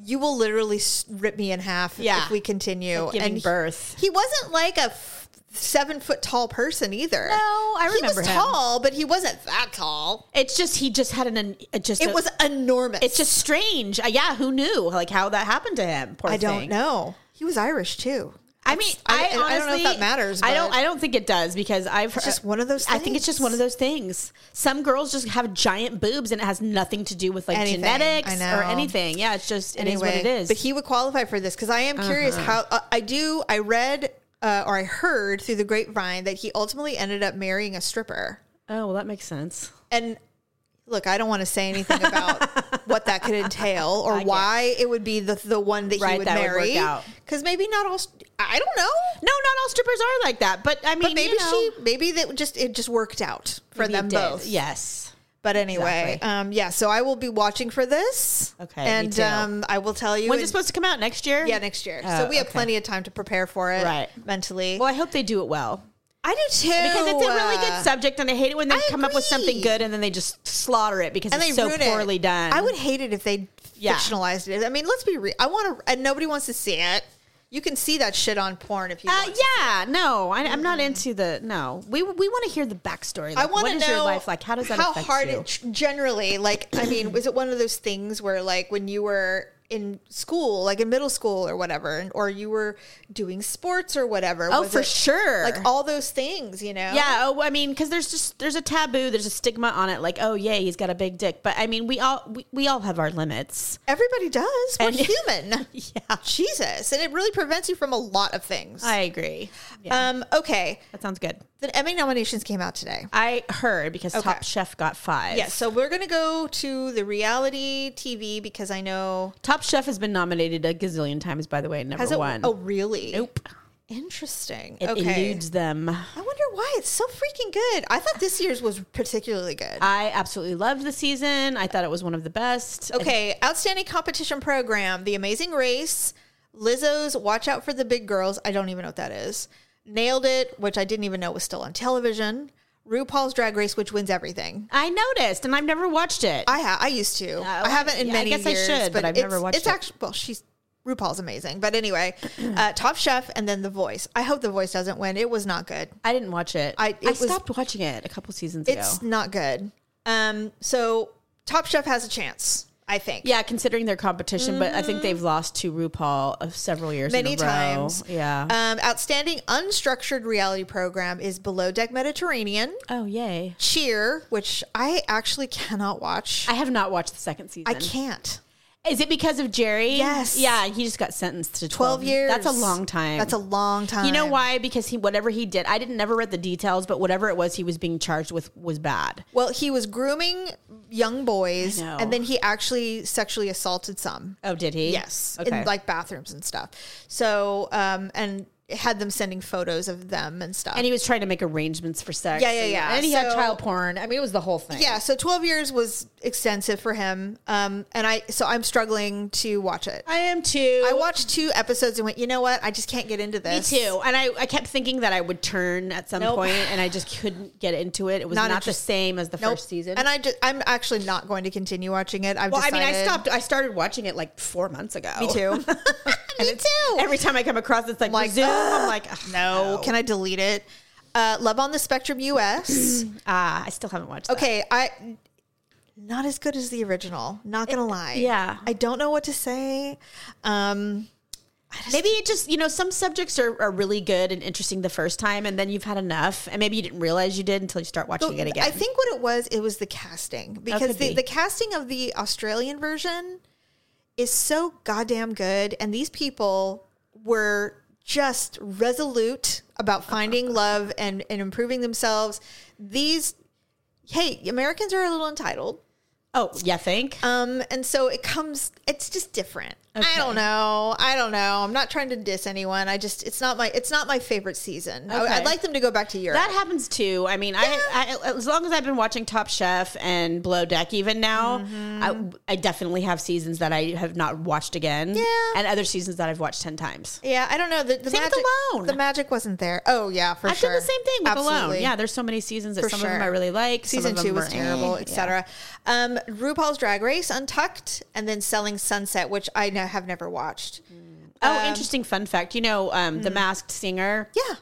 S2: you will literally s- rip me in half
S1: Yeah.
S2: if we continue.
S1: Like giving
S2: and he-
S1: birth.
S2: He, wasn't like a f- seven foot tall person either. No,
S1: I remember
S2: He was
S1: him.
S2: tall, but he wasn't that tall.
S1: it's just he just had an, an it just
S2: It was enormous.
S1: it's just strange. Uh, yeah, who knew like how that happened to him? Poor
S2: I don't
S1: thing.
S2: know. He was Irish too.
S1: I mean, I,
S2: I- I don't know if
S1: honestly-
S2: that matters,
S1: I don't.
S2: but-
S1: I don't think it does because I've
S2: It's just one of those
S1: I think it's just
S2: things.
S1: one of those things. Some girls just have giant boobs, and it has nothing to do with like
S2: Anything.
S1: genetics
S2: I
S1: or
S2: know.
S1: anything. Yeah, it's just it is
S2: anyway,
S1: what it is. Uh-huh.
S2: But he would qualify for this because I am curious how uh, I do. I read uh, or I heard through the grapevine that he ultimately ended up marrying a stripper.
S1: oh well, that makes sense.
S2: and look, I don't want to say anything about what that could entail or
S1: get it.
S2: why it would be the the one that
S1: Right,
S2: he would
S1: that would work
S2: marry.
S1: out.
S2: Because maybe not all. st- I don't know.
S1: No, not all strippers are like that. But I mean,
S2: But maybe
S1: you know,
S2: she, maybe that just it just worked out for
S1: maybe
S2: them
S1: it did.
S2: both.
S1: Yes.
S2: But anyway,
S1: Exactly.
S2: um, yeah. So I will be watching for this.
S1: Okay, me
S2: and
S1: too.
S2: um, I will tell you.
S1: When's it
S2: in-
S1: supposed to come out next year?
S2: yeah, next year.
S1: Oh,
S2: so we have
S1: okay.
S2: plenty of time to prepare for it,
S1: Right.
S2: Mentally,
S1: Well, I hope they do it well
S2: I do too. Uh,
S1: because it's a really good subject, and I hate it when they
S2: I
S1: come up with something
S2: agree.
S1: good and then they just slaughter it because
S2: and
S1: it's
S2: they
S1: so
S2: ruin
S1: poorly
S2: it.
S1: done.
S2: I would hate it if they
S1: Yeah.
S2: fictionalized it. I mean, let's be real. I want to, and nobody wants to see it. You can see that shit on porn if you.
S1: Uh,
S2: want.
S1: yeah, no, I, I'm not into the no. We we want to hear the backstory.
S2: Mm-hmm. I
S1: Like,
S2: want
S1: what
S2: to
S1: is
S2: know
S1: your life like? How does that
S2: how
S1: affect
S2: hard
S1: you?
S2: it generally like. I mean, was it one of those things where like when you were in school, like in middle school or whatever, and, or you were doing sports or whatever?
S1: oh,
S2: was
S1: for
S2: it-
S1: sure.
S2: Like all those things, you know.
S1: yeah. Oh, I mean, because there's just there's a taboo. There's a stigma on it. Like, oh, yeah, he's got a big dick. But I mean, we all we, we all have our limits.
S2: everybody does. We're
S1: And-
S2: human.
S1: Yeah,
S2: Jesus, and it really prevents you from a lot of things.
S1: I agree. Yeah,
S2: um. Okay.
S1: that sounds good.
S2: The Emmy nominations came out today.
S1: I heard because Top Chef got five.
S2: Yeah, so we're gonna go to the reality TV because I know
S1: Top Chef has been nominated a gazillion times. By the way, and never
S2: has it.
S1: won.
S2: Oh, really?
S1: nope.
S2: Interesting.
S1: It
S2: okay.
S1: eludes them.
S2: I wonder why it's so freaking good. I thought this year's was particularly good.
S1: I absolutely loved the season. I thought it was one of the best.
S2: Okay, outstanding competition program: The Amazing Race, Lizzo's Watch Out for the Big Girls. I don't even know what that is. Nailed it, which I didn't even know was still on television. RuPaul's Drag Race, which wins everything.
S1: I noticed, and I've never watched it.
S2: I ha- I used to. I
S1: well,
S2: haven't in
S1: yeah, I
S2: many
S1: guess I
S2: years.
S1: should, but I've
S2: it's-
S1: never watched
S2: It's
S1: it.
S2: actually well, she's RuPaul's amazing. But anyway, uh, Top Chef and then The Voice. I hope The Voice doesn't win. It was not good.
S1: I didn't watch it.
S2: I-
S1: I,
S2: it was-
S1: stopped watching it a couple seasons
S2: It's
S1: ago.
S2: not good. Um, so Top Chef has a chance, I think.
S1: Yeah, considering their competition, but I think they've lost to RuPaul of several years
S2: Mm. Many
S1: in a row.
S2: times.
S1: Yeah.
S2: Um, outstanding unstructured reality program is Below Deck Mediterranean,
S1: oh yay!
S2: Cheer, which I actually cannot watch.
S1: I have not watched the second season.
S2: I can't.
S1: Is it because of Jerry?
S2: Yes.
S1: Yeah, he just got sentenced to 12,
S2: 12 years.
S1: That's a long time.
S2: That's a long time.
S1: You know why? Because he whatever he did, I didn't never read the details, but whatever it was he was being charged with was bad.
S2: Well, he was grooming young boys
S1: I know.
S2: and then he actually sexually assaulted some.
S1: Oh, did he?
S2: Yes,
S1: Okay.
S2: in like bathrooms and stuff. So, um, and had them sending photos of them and stuff.
S1: and he was trying to make arrangements for sex.
S2: Yeah, yeah, yeah.
S1: And he had
S2: So-
S1: child porn. I mean, it was the whole thing.
S2: yeah, so 12 years was extensive for him. Um, and I, so I'm struggling to watch it.
S1: I am too.
S2: I watched two episodes and went, you know what? I just can't get into
S1: Me
S2: this.
S1: too. And I, I kept thinking that I would turn at some
S2: Nope.
S1: point, and I just couldn't get into it. It was
S2: Not
S1: not, the
S2: interest-
S1: same as the
S2: Nope.
S1: first season.
S2: And I just, I'm actually not going to continue watching it. I've
S1: well, I mean, I
S2: decided-
S1: stopped. I started watching it like four months ago.
S2: Me too. Me too.
S1: Every time I come across, it's like,
S2: like,
S1: resume. I'm like, ugh,
S2: no. Can I delete it? Uh, Love on the Spectrum US.
S1: Ah, I still haven't watched. that.
S2: okay, I not as good as the original. Not gonna lie.
S1: yeah.
S2: I don't know what to say. Um,
S1: Maybe it just, you know, some subjects are, are really good and interesting the first time, and then you've had enough. And maybe you didn't realize you did until you start watching it again.
S2: I think what it was, it was the casting because
S1: could
S2: the,
S1: be.
S2: the casting of the Australian version is so goddamn good, and these people were just resolute about finding love and and improving themselves. These, hey, Americans are a little entitled.
S1: oh, yeah, think?
S2: Um, and so it comes. It's just different. I
S1: Okay.
S2: don't know. I don't know. I'm not trying to diss anyone. I just it's not my it's not my favorite season. I,
S1: Okay.
S2: would like them to go back to Europe.
S1: that happens too. I mean, I, I as long as I've been watching Top Chef and Below Deck, even now,
S2: Mm-hmm.
S1: I, I definitely have seasons that I have not watched again,
S2: Yeah.
S1: and other seasons that I've watched ten times.
S2: yeah, I don't know. The, the
S1: Same with
S2: magic
S1: Alone.
S2: the magic wasn't there. Oh yeah, for
S1: I've
S2: sure.
S1: done the same thing with Alone.
S2: Absolutely.
S1: Yeah, there's so many seasons that
S2: For
S1: some of them
S2: sure.
S1: I really like. some
S2: Season
S1: of them
S2: two was
S1: are, eh,
S2: terrible,
S1: yeah.
S2: etc. Um, RuPaul's Drag Race, Untucked, and then Selling Sunset, which I now have never watched.
S1: Oh,
S2: Um,
S1: interesting fun fact. You know, um,
S2: mm.
S1: the Masked Singer.
S2: Yeah,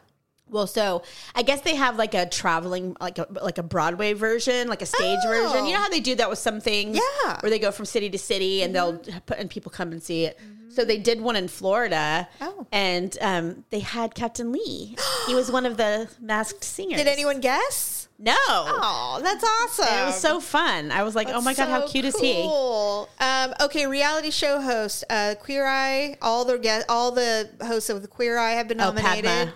S1: Well, so I guess they have like a traveling, like a like a Broadway version, like a stage
S2: Oh.
S1: version. You know how they do that with some things,
S2: Yeah. Mm-hmm.
S1: Where they go from city to city and they'll put and people come and see it. So they did one in Florida,
S2: Oh.
S1: and um, they had Captain Lee. he was one of the masked singers.
S2: did anyone guess?
S1: No,
S2: Oh, that's awesome.
S1: it was so fun. I was like, oh my god, how
S2: So
S1: cute is he?
S2: cool. Um, okay, reality show host, uh, Queer Eye. All the guest, all the hosts of the Queer Eye have been
S1: Oh, Padma.
S2: nominated.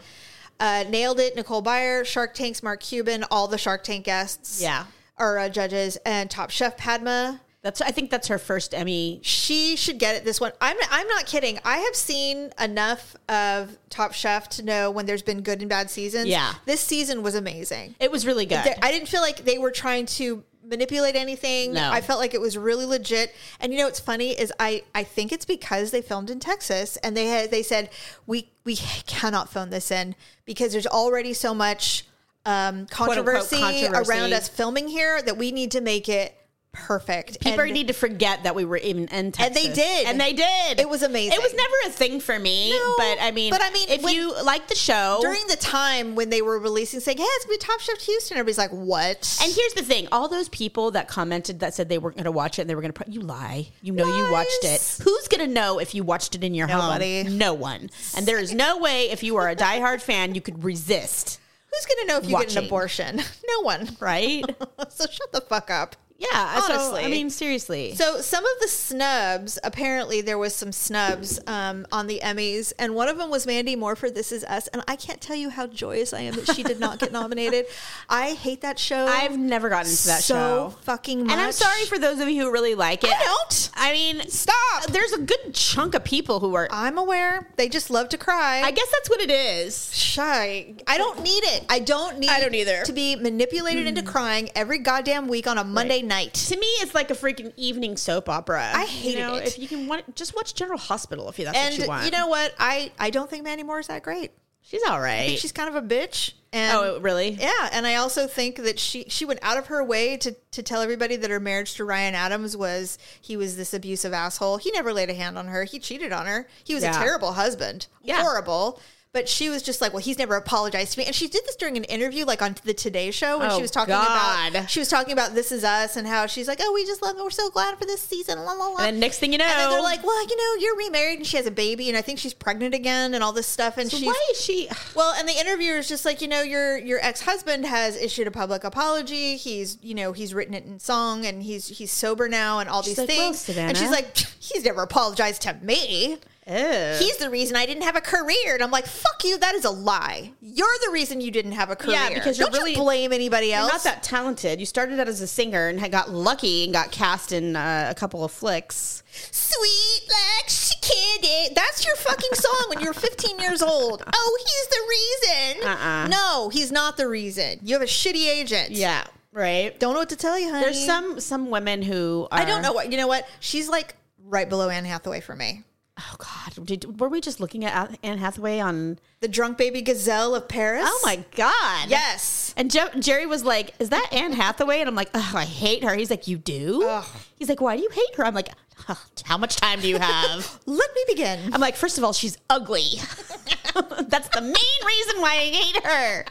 S2: uh, Nailed it, Nicole Byer, Shark Tank's Mark Cuban, all the Shark Tank guests,
S1: Yeah.
S2: are uh, judges, and Top Chef Padma.
S1: That's I think that's her first Emmy.
S2: She should get it this one. I'm I'm not kidding. I have seen enough of Top Chef to know when there's been good and bad seasons.
S1: Yeah.
S2: this season was amazing.
S1: It was really good.
S2: There- I didn't feel like they were trying to manipulate anything.
S1: No.
S2: I felt like it was really legit. And you know what's funny is I I think it's because they filmed in Texas and they had they said we we cannot phone this in because there's already so much um,
S1: unquote,
S2: controversy,
S1: controversy.
S2: around us filming here that we need to make it perfect.
S1: People
S2: And-
S1: need to forget that we were even in Texas.
S2: they did.
S1: And they did.
S2: It was amazing.
S1: It was never a thing for me.
S2: No,
S1: but I mean,
S2: but I mean,
S1: if
S2: when-
S1: you like the show.
S2: during the time when they were releasing saying, "Hey, it's gonna be Top Chef Houston," everybody's like, "What?"
S1: and here's the thing: all those people that commented that said they weren't going to watch it and they were going to, pro- you lie. You know you watched
S2: Lies.
S1: it. Who's going to know if you watched it in your
S2: Nobody.
S1: home? No one. And there is no way if you are a diehard fan you could resist,
S2: Who's gonna know if you get an
S1: Watching.
S2: abortion? No one.
S1: right?
S2: so shut the fuck up.
S1: Yeah. so,
S2: Honestly.
S1: I mean, seriously.
S2: So some of the snubs, apparently there was some snubs um, on the Emmys, and one of them was Mandy Moore for This Is Us, and I can't tell you how joyous I am that she did not get nominated. I hate that show.
S1: I've never gotten into that
S2: so
S1: show.
S2: fucking much.
S1: And I'm sorry for those of you who really like it.
S2: I don't.
S1: I mean,
S2: Stop.
S1: There's a good chunk of people who are.
S2: I'm aware they just love to cry.
S1: I guess that's what it is.
S2: shy. I don't need it. I don't need.
S1: I don't either. Mm.
S2: to be manipulated into crying every goddamn week on a Monday night.
S1: To me, it's like a freaking evening soap opera.
S2: I
S1: hate
S2: hated it.
S1: If you can want, just watch General Hospital if you that's
S2: And
S1: what you want.
S2: you know what? I I don't think Mandy Moore is that great.
S1: she's all right.
S2: She's kind of a bitch. And
S1: oh, really?
S2: Yeah, and I also think that she she went out of her way to to tell everybody that her marriage to Ryan Adams was he was this abusive asshole. He never laid a hand on her. He cheated on her. He was
S1: Yeah.
S2: a terrible husband,
S1: Yeah.
S2: horrible. But she was just like, well, he's never apologized to me. And she did this during an interview, like on the Today Show, when
S1: Oh,
S2: she was talking
S1: God.
S2: about she was talking about This Is Us and how she's like, oh, we just love it. We're so glad for this season. La la la.
S1: And then next thing you know,
S2: And then they're like, well, you know, you're remarried and she has a baby, and I think she's pregnant again, and all this stuff. And she's
S1: why is she?
S2: well, and the interviewer is just like, you know, your your ex husband has issued a public apology. He's, you know, he's written it in song, and he's he's sober now, and all these
S1: like, "Well,
S2: things. and she's
S1: Savannah."
S2: like, he's never apologized to me.
S1: Ugh.
S2: He's the reason I didn't have a career, and I'm like, fuck you. That is a lie. You're the reason you didn't have a career.
S1: because you're
S2: Don't you
S1: really-
S2: blame anybody else.
S1: You're not that talented. You started out as a singer and had got lucky and got cast in uh, a couple of flicks.
S2: sweet like she candy. eh? That's your fucking song when you're 15 years old. Oh, he's the reason.
S1: Uh-uh.
S2: No, he's not the reason. You have a shitty agent.
S1: Yeah, right.
S2: Don't know what to tell you, honey.
S1: There's some some women who are,
S2: I don't know what you know. What she's like right below Anne Hathaway for me.
S1: Oh God, did, were we just looking at Anne Hathaway on?
S2: The drunk baby gazelle of Paris.
S1: Oh my God.
S2: Yes.
S1: And Je- Jerry was like, "Is that Anne Hathaway?" And I'm like, "Oh, I hate her." He's like, "You do?"
S2: Ugh.
S1: He's like, "Why do you hate her?" I'm like, "Huh, "How much time do you have?"
S2: Let me begin.
S1: I'm like, first of all, she's ugly. That's the main reason why I hate her.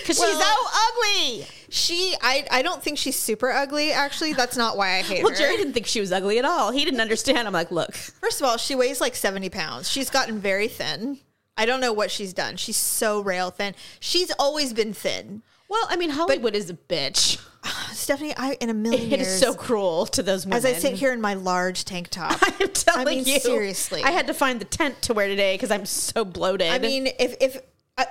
S1: Because she's
S2: Well-
S1: so ugly.
S2: She, I, I don't think she's super ugly. Actually, that's not why I hate
S1: Well,
S2: her.
S1: Jerry didn't think she was ugly at all. He didn't understand. I'm like, look,
S2: First of all, she weighs like 70 pounds. She's gotten very thin. I don't know what she's done. She's so rail thin. She's always been thin.
S1: well, I mean, Hollywood is a bitch.
S2: Stephanie, I in a million
S1: It
S2: years.
S1: is so cruel to those women.
S2: as I sit here in my large tank top.
S1: I'm telling
S2: mean,
S1: you,
S2: seriously.
S1: I had to find the tent to wear today because I'm so bloated.
S2: I mean, if if I,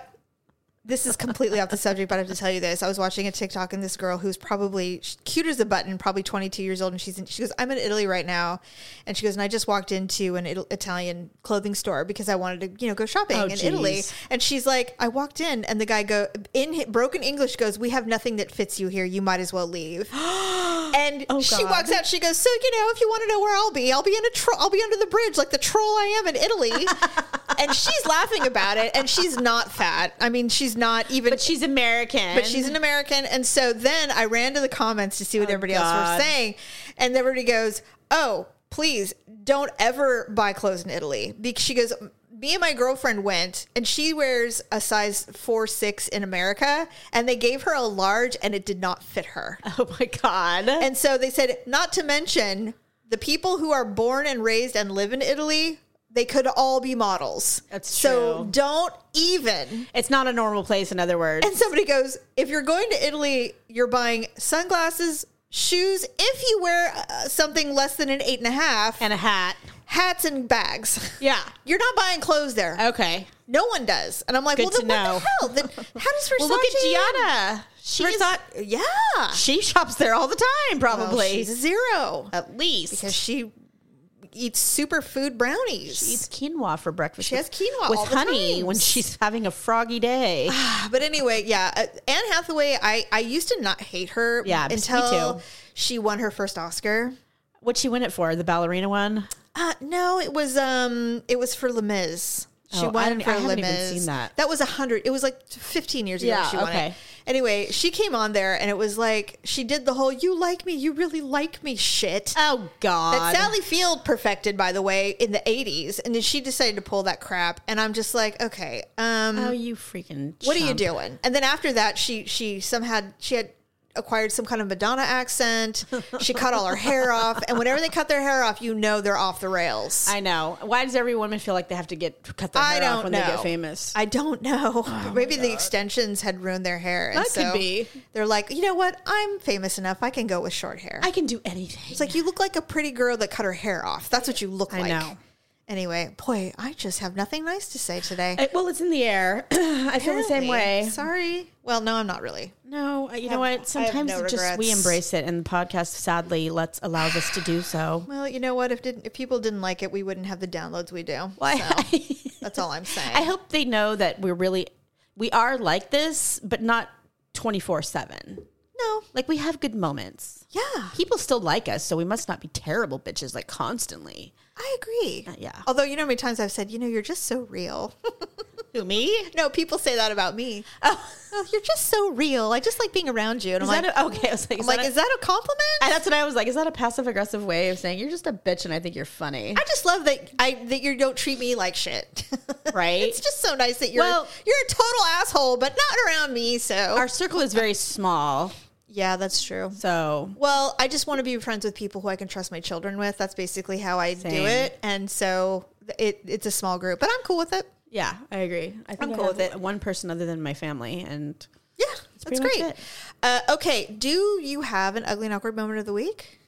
S2: this is completely off the subject, but I have to tell you this: I was watching a TikTok and this girl who's probably she's cute as a button, probably 22 years old, and she's in, she goes, "I'm in Italy right now," and she goes, "And I just walked into an Ital- Italian clothing store because I wanted to, you know, go shopping
S1: Oh,
S2: in Italy."
S1: geez.
S2: And she's like, "I walked in, and the guy go in hi- broken English goes, "We have nothing that fits you here. You might as well leave." and she
S1: Oh, God.
S2: walks out. She goes, "So you know, if you want to know where I'll be, I'll be in a tro- I'll be under the bridge like the troll I am in Italy." and she's laughing about it, and she's not fat. I mean, she's not even.
S1: but she's American.
S2: but she's an American, and so then I ran to the comments to see what everybody else
S1: Oh, God.
S2: was saying, and everybody goes, "Oh, please don't ever buy clothes in Italy." Because she goes, "Me and my girlfriend went, and she wears a size four six in America, and they gave her a large, and it did not fit her."
S1: Oh my god.
S2: And so they said, not to mention the people who are born and raised and live in Italy, they could all be models.
S1: That's
S2: so
S1: true.
S2: don't even.
S1: it's not a normal place. In other words,
S2: And somebody goes, if you're going to Italy, you're buying sunglasses, shoes, if you wear uh, something less than an eight and a half,
S1: and a hat.
S2: hats and bags.
S1: Yeah.
S2: You're not buying clothes there.
S1: Okay.
S2: no one does. And I'm like,
S1: Uh, Good
S2: well, then
S1: to
S2: what
S1: know.
S2: the hell? Then how does Versace?
S1: Well, look at Gianna. She's
S2: Versace, yeah.
S1: she shops there all the time, probably
S2: Well, she's a zero.
S1: at least.
S2: because she eats superfood brownies.
S1: She eats quinoa for breakfast.
S2: She has
S1: with-
S2: quinoa
S1: with
S2: all the
S1: honey when
S2: times.
S1: she's having a froggy day.
S2: but anyway, yeah, uh, Anne Hathaway. I I used to not hate her.
S1: Yeah, me
S2: until
S1: too.
S2: she won her first Oscar.
S1: What'd she win it for? The ballerina one?
S2: Uh, no, it was um, it was for Les Mis. She
S1: Oh, I
S2: won
S1: don't-
S2: for
S1: I haven't
S2: Les
S1: even
S2: Mis.
S1: seen that.
S2: was a hundred. It was like fifteen years ago.
S1: Yeah,
S2: she won it.
S1: okay.
S2: Anyway, she came on there and it was like she did the whole "you like me, you really like me" shit.
S1: Oh
S2: that
S1: God.
S2: Sally Field perfected, by the way, in the '80s, and then she decided to pull that crap. And I'm just like, okay, um,
S1: oh you freaking
S2: what are you
S1: chump.
S2: doing? And then after that, she she somehow she had acquired some kind of Madonna accent. She cut all her hair off, and whenever they cut their hair off, you know they're off the rails.
S1: I know. Why does every woman feel like they have to get cut their
S2: I
S1: hair
S2: don't
S1: off when they
S2: know.
S1: get famous?
S2: I don't know. Maybe the extensions had ruined their hair. And
S1: Oh That could
S2: so
S1: be.
S2: They're like, you know what? I'm famous enough. I can go with short hair.
S1: I can do anything.
S2: It's like you look like a pretty girl that cut her hair off. That's what you look
S1: I
S2: like.
S1: know.
S2: Anyway, boy, I just have nothing nice to say today.
S1: Uh, well, it's in the air. I feel the same
S2: Apparently.
S1: way.
S2: Sorry. Well, no, I'm not really.
S1: No, uh, you know
S2: I have-
S1: what?
S2: I have
S1: Sometimes
S2: no
S1: it just we
S2: regrets.
S1: embrace it, and the podcast sadly lets allows us to do so.
S2: Well, you know what? If didn't, if people didn't like it, we wouldn't have the downloads we do.
S1: Why?
S2: That's all I'm saying.
S1: I hope they know that we're really we are like this, but not twenty four seven.
S2: no.
S1: Like we have good moments.
S2: Yeah,
S1: People still like us, so we must not be terrible bitches like constantly.
S2: I agree.
S1: yeah.
S2: Uh, Although you know how many times I've said, you know, you're just so real.
S3: Who me?
S2: No, people say that about me. Oh, oh, you're just so real. I just like being around you. And
S1: Is
S2: I'm like,
S1: that a, okay? I was like,
S2: I'm like, is that a compliment?
S1: and that's what I was like. Is that a passive aggressive way of saying you're just a bitch and I think you're funny?
S2: I just love that I that you don't treat me like shit.
S1: Right.
S2: it's just so nice that you're
S1: Well-
S2: you're a total asshole, but not around me. So
S1: Our circle is very small,
S2: yeah, that's true.
S1: so
S2: Well, I just want to be friends with people who I can trust my children with. That's basically how I do
S1: Same.
S2: it, and so it it's a small group, but I'm cool with it.
S1: yeah, I agree. I think
S2: I'm
S1: I
S2: cool
S1: have
S2: with it.
S1: One person other than my family, and
S2: Yeah, that's
S1: pretty much
S2: great.
S1: it.
S2: Uh, okay, do you have an ugly and awkward moment of the week?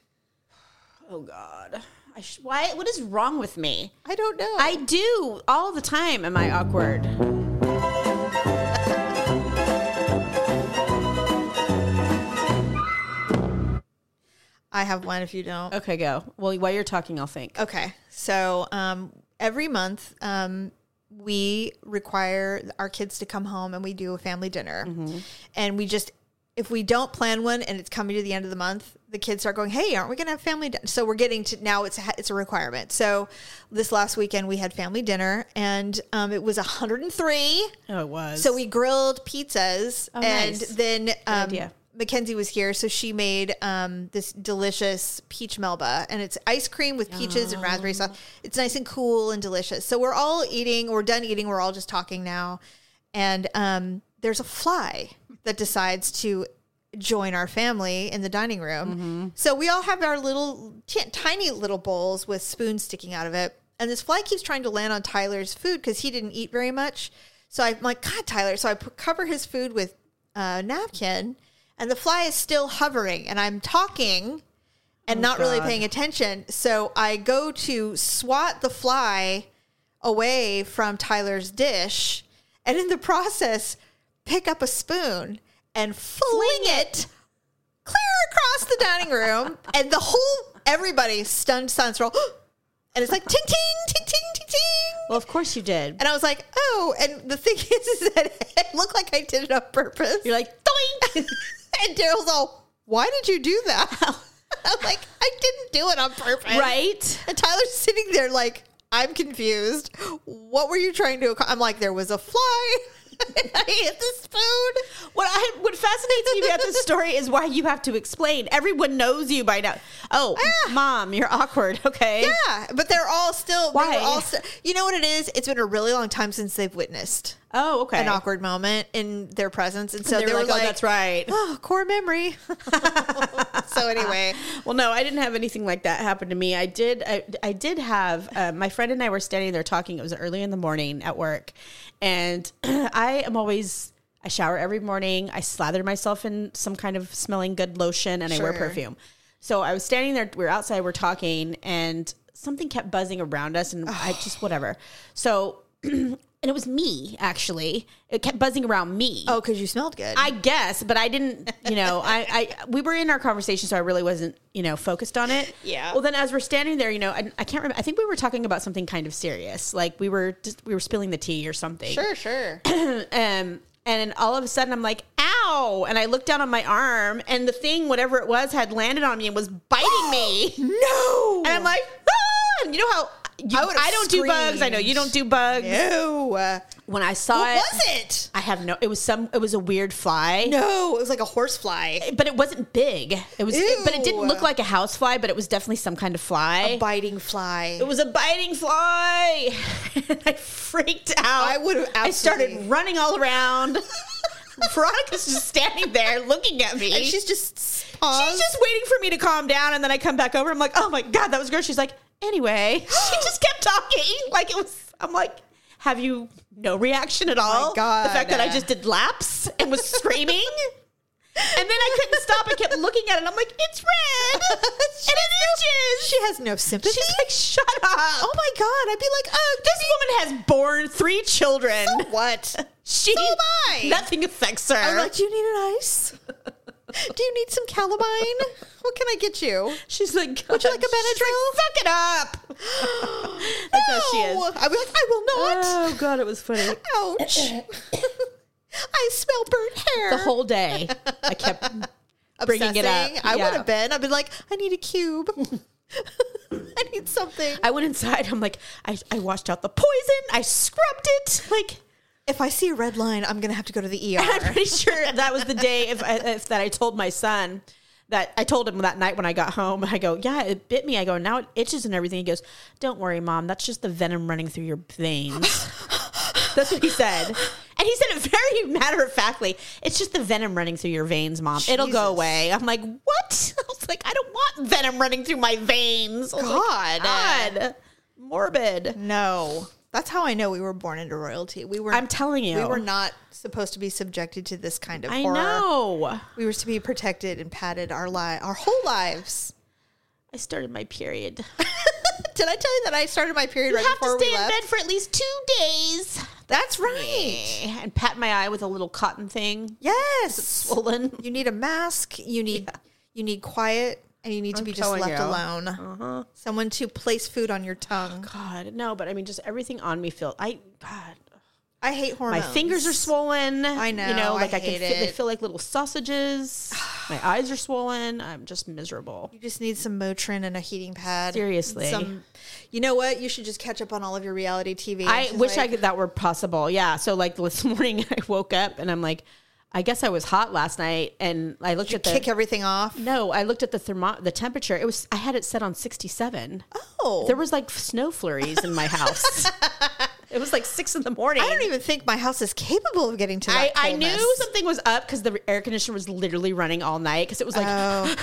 S1: oh god, I sh- why? What is wrong with me?
S2: I don't know.
S1: I do all the time. Am I awkward?
S2: I have one. If you don't,
S1: Okay, go. Well, while you're talking, I'll think.
S2: Okay. So um, every month, um, we require our kids to come home and we do a family dinner.
S1: Mm-hmm.
S2: And we just, if we don't plan one and it's coming to the end of the month, the kids start going, "Hey, aren't we going to have family dinner?" So we're getting to now it's a, it's a requirement. So this last weekend we had family dinner and um, it was 103.
S1: Oh, it was.
S2: So we grilled pizzas, and
S1: Oh, nice.
S2: then um,
S1: idea.
S2: Mackenzie was here, so she made um, this delicious peach melba, and it's ice cream with peaches and raspberry sauce. It's nice and cool and delicious. So we're all eating. We're done eating. We're all just talking now, and um, there's a fly that decides to join our family in the dining room. So we all have our little t- tiny little bowls with spoons sticking out of it. And this fly keeps trying to land on Tyler's food because he didn't eat very much. So I'm like, God, Tyler. So I p- cover his food with a napkin, and the fly is still hovering. And I'm talking and not really
S1: Oh, God.
S2: paying attention. So I go to swat the fly away from Tyler's dish, and in the process, pick up a spoon and fling it clear across the dining room, and the whole everybody stunned silence roll, and it's like ting ting ting ting ting ting.
S1: well, of course you did.
S2: And I was like, oh, and the thing is, is that it looked like I did it on purpose.
S1: You're like, doink.
S2: and Daryl's all, why did you do that? I'm like, I didn't do it on purpose.
S1: right?
S2: And Tyler's sitting there like, I'm confused. What were you trying to accomplish? I'm like, there was a fly. and I hit the spoon.
S1: What I what fascinates me about this story is why you have to explain. Everyone knows you by now. Oh, mom, you're awkward. Okay.
S2: Yeah, but they're all still. Why?
S1: Why?
S2: all st- you know what it is? It's been a really long time since they've witnessed
S1: Oh, okay.
S2: an awkward moment in their presence, and
S1: So
S2: so they
S1: they
S2: were
S1: were like, oh, that's right.
S2: Oh, core memory. so anyway,
S1: Well, no, I didn't have anything like that happen to me. I did. I, I did have uh, my friend and I were standing there talking. It was early in the morning at work, and I am always. I shower every morning. I slather myself in some kind of smelling good lotion, and I wear
S2: Sure.
S1: perfume. So I was standing there. We were outside. We're talking, and something kept buzzing around us, and I just whatever. So, and it was me actually. It kept buzzing around me.
S2: oh, because you smelled good.
S1: I guess, but I didn't, you know, I, I, we were in our conversation, so I really wasn't, you know, focused on it.
S2: Yeah.
S1: Well, then as we're standing there, you know, I, I can't remember, I think we were talking about something kind of serious. Like we were just, we were spilling the tea or something.
S2: sure, sure.
S1: Um, and all of a sudden I'm like, ow. And I looked down on my arm and the thing, whatever it was, had landed on me and was biting me.
S2: no,
S1: And I'm like, ah! and you know how you,
S2: I would've
S1: I, don't do bugs. I know you don't do bugs.
S2: no. What
S1: When I saw it,
S2: was it?
S1: I have no, it was some, it was a weird fly.
S2: No, it was like a horsefly
S1: but it wasn't big. It was,
S2: Ew.
S1: but it didn't look like a house fly, but it was definitely some kind of fly.
S2: biting fly.
S1: it was a biting fly. and I freaked out.
S2: I would've
S1: I started
S2: absolutely-
S1: running all around. Veronica's just standing there looking at me.
S2: and
S1: she's,
S2: she's just paused.
S1: just waiting for me to calm down, and then I come back over. I'm like, oh my god, that was gross. She's like, anyway, she just kept talking like it was. I'm like. Have you no reaction at all?
S2: Oh God.
S1: The fact that I just did laps and was screaming. And then I couldn't stop. I kept looking at it. and I'm like, it's red. and it itches.
S2: she has no sympathy.
S1: She's like, shut up.
S2: oh my god! I'd be like, oh,
S1: this woman has borne three children.
S2: this- what?
S1: She,
S2: so am I.
S1: Nothing affects her.
S2: I'm like, do you need an ice? do you need some calamine? What can I get you?
S1: she's like,
S2: Would you like a
S1: "God." She's like, Fuck it up. That's how she is.
S2: No! I'd be like, I will not.
S1: Oh god, it was funny.
S2: Ouch. I smell burnt hair.
S1: The whole day, I kept bringing it up.
S2: Obsessing. I
S1: Yeah.
S2: would have been. I'd be like, I need a cube. I need something.
S1: I went inside. I'm like, I, I washed out the poison. I scrubbed it. Like,
S2: if I see a red line, I'm gonna have to go to the
S1: I'm
S2: ER.
S1: pretty sure that was the day if, I- if that I told my son that I told him that night when I got home. I go, yeah, it bit me. I go, now it itches and everything. He goes, don't worry, mom. That's just the venom running through your veins. that's what he said. And he said it very matter of factly. It's just the venom running through your veins, mom. It'll
S2: Jesus.
S1: go away. I'm like, what? I was like, I don't want venom running through my veins. I was like,
S2: God.
S1: God. Morbid.
S2: no, that's how I know we were born into royalty. We were.
S1: I'm telling you.
S2: we were not supposed to be subjected to this kind of
S1: I
S2: horror.
S1: know.
S2: We were to be protected and padded our li- our whole lives.
S1: I started my period.
S2: Did I tell you that I started my period right
S1: you have
S2: before
S1: to stay
S2: we
S1: in
S2: left?
S1: bed for at least two days.
S2: That's right.
S1: Eh, And pat my eye with a little cotton thing.
S2: Yes.
S1: Swollen.
S2: You need a mask. You need you need quiet, and you need to be just
S1: telling
S2: left
S1: you. Uh-huh.
S2: alone. Someone to place food on your tongue.
S1: God, no, but I mean, just everything on me felt. I God,
S2: I hate
S1: my
S2: hormones.
S1: fingers are swollen. I
S2: know,
S1: You know,
S2: I
S1: like I,
S2: hate
S1: can. Feel, they
S2: it.
S1: feel like little sausages. my eyes are swollen. I'm just miserable.
S2: You just need some Motrin and a heating pad.
S1: Seriously.
S2: Some, you know what? You should just catch up on all of your reality TV.
S1: I wish I could, that were possible. Yeah. So like this morning, I woke up and I'm like, I guess I was hot last night, and I looked at the.
S2: kick everything off.
S1: no, I looked at the thermo- the temperature. It was I had it set on 67.
S2: Oh,
S1: There was like snow flurries in my house. it was like six in the morning.
S2: I don't even think my house is capable of getting to
S1: I,
S2: that.
S1: I knew
S2: coldness.
S1: something was up because the air conditioner was literally running all night because it was like
S2: Oh.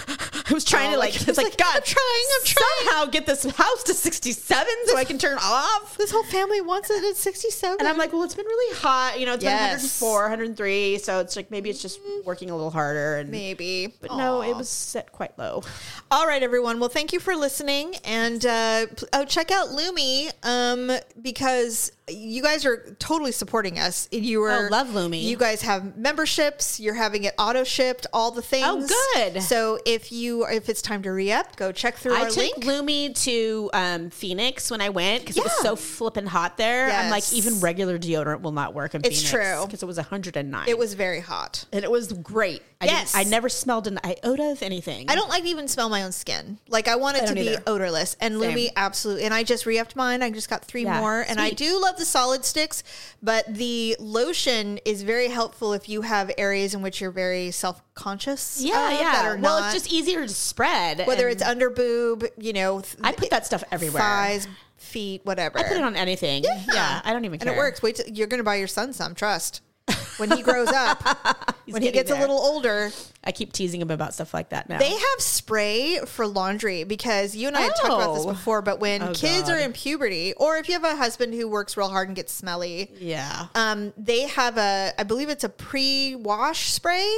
S1: I was trying
S2: Oh,
S1: to like
S2: like,
S1: it's
S2: it's
S1: like,
S2: like,
S1: God
S2: I'm trying, I'm trying."
S1: somehow get this house to sixty seven so I can turn off.
S2: This whole family wants it at sixty-seven.
S1: And I'm like, well, it's been really hot. You know, it's
S2: Yes.
S1: been 104, 103. So it's like maybe it's just working a little harder. And
S2: Maybe,
S1: but no, it was set quite low.
S2: All right, everyone. Well, thank you for listening, and uh, pl- oh, check out Lumi um, because you guys are totally supporting us. You are
S1: Oh, love Lumi.
S2: You guys have memberships. You're having it auto shipped. All the things.
S1: Oh, good.
S2: So if you if it's time to re up, go check through
S1: I
S2: our
S1: took
S2: link.
S1: Lumi to um, Phoenix when I went because it was
S2: Yeah.
S1: so flippin' hot there. I'm like,
S2: Yes.
S1: even regular deodorant will not work in
S2: It's
S1: Phoenix.
S2: true.
S1: because it was 109.
S2: it was very hot.
S1: and it was great. I didn't-
S2: Yes.
S1: I never smelled an iota of anything.
S2: I don't like to even smell my own skin. Like I want it
S1: I
S2: to
S1: don't
S2: be
S1: either.
S2: odorless. And
S1: Same.
S2: Lumi absolutely. And I just re-upped mine. I just got three
S1: Yeah,
S2: more. And I
S1: sweet.
S2: do love the solid sticks, but the lotion is very helpful if you have areas in which you're very self-conscious.
S1: Yeah,
S2: of
S1: yeah.
S2: That are
S1: well,
S2: not-
S1: it's just easier to spread.
S2: whether
S1: and
S2: it's under boob, you know, th-
S1: I put that stuff everywhere.
S2: thighs, feet, whatever.
S1: I put it on anything. Yeah, I don't even
S2: and
S1: care.
S2: it works. Wait, till, you're going to buy your son some. Trust. When he grows up,
S1: He's
S2: when he
S1: getting
S2: gets a
S1: there.
S2: little older,
S1: I keep teasing him about stuff like that now.
S2: They have spray for laundry because you and I had talked about this
S1: Oh.
S2: before, but when
S1: Oh,
S2: kids
S1: God.
S2: are in puberty, or if you have a husband who works real hard and gets smelly,
S1: yeah.
S2: um, they have a, I believe it's a pre wash spray.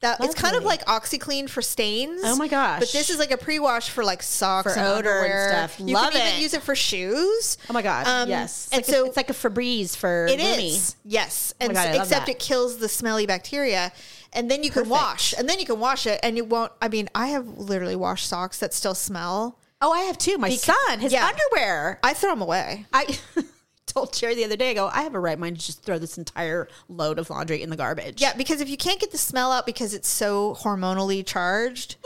S2: That it's kind of
S1: Lovely.
S2: like OxyClean for stains.
S1: Oh my gosh.
S2: But this is like a pre-wash for like socks
S1: For
S2: and
S1: odor and
S2: underwear.
S1: stuff.
S2: You
S1: Love
S2: can even
S1: it.
S2: use it for shoes.
S1: oh my god.
S2: um,
S1: yes. It's
S2: and
S1: like
S2: so-
S1: a, it's like a Febreze for
S2: It is
S1: Lumi.
S2: yes, and
S1: Oh my God,
S2: s-
S1: I love
S2: except
S1: that.
S2: it kills the smelly bacteria, and then you can
S1: Perfect.
S2: wash, and then you can wash it, and you won't. I mean, I have literally washed socks that still smell.
S1: Oh, I have two. My son, his
S2: yeah.
S1: underwear.
S2: I throw them away.
S1: I told Jerry the other day, I go, I have a right mind to just throw this entire load of laundry in the garbage.
S2: Yeah, because if you can't get the smell out because it's so hormonally charged,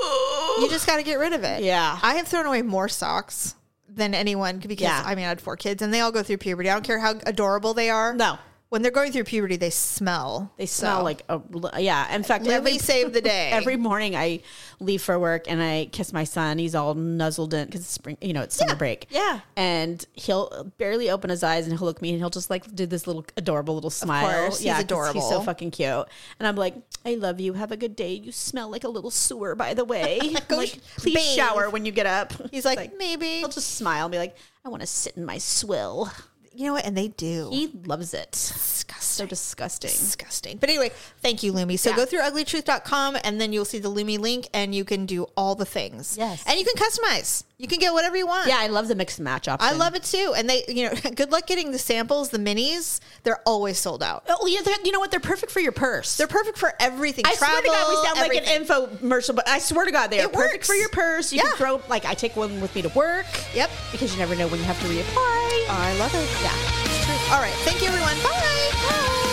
S2: you just got to get rid of it.
S1: Yeah.
S2: I have thrown away more socks than anyone because
S1: Yeah.
S2: I mean I had four kids and they all go through puberty. I don't care how adorable they are.
S1: No.
S2: when they're going through puberty, they smell.
S1: They smell
S2: So,
S1: like a yeah. In fact,
S2: Let
S1: every
S2: me save the day.
S1: Every morning I leave for work and I kiss my son. He's all nuzzled in because spring, you know, it's summer break.
S2: yeah.
S1: and he'll barely open his eyes and he'll look at me and he'll just like do this little adorable little smile.
S2: course, he's
S1: 'cause He's
S2: adorable.
S1: so fucking cute. And I'm like, I love you. Have a good day. You smell like a little sewer, by the way. I'm
S2: Go sh-
S1: like, please
S2: bathe."
S1: shower when you get up.
S2: he's like, maybe
S1: He'll just smile and be like, I want to sit in my swill.
S2: you know what, and they do.
S1: He loves it. So disgusting.
S2: disgusting. But anyway, thank you, Lumi. So
S1: Yeah.
S2: go through uglytruth.com and then you'll see the Lumi link and you can do all the things.
S1: Yes.
S2: And you can customize. You can get whatever you want.
S1: Yeah, I love the mix and match option.
S2: I love it too. And they, you know, good luck getting the samples, the minis. They're always sold out.
S1: Oh, yeah, they're- you know what? They're perfect for your purse.
S2: They're perfect for everything.
S1: I swear to God, we
S2: Travel,
S1: sound
S2: everything.
S1: like an infomercial, but I swear to God, they are
S2: It
S1: perfect
S2: works.
S1: for your purse. You
S2: Yeah.
S1: can throw, like, I take one with me to work.
S2: Yep.
S1: Because you never know when you have to reapply.
S2: I love it.
S1: Uh, yeah.
S2: All right. Thank you, everyone. Bye. Bye.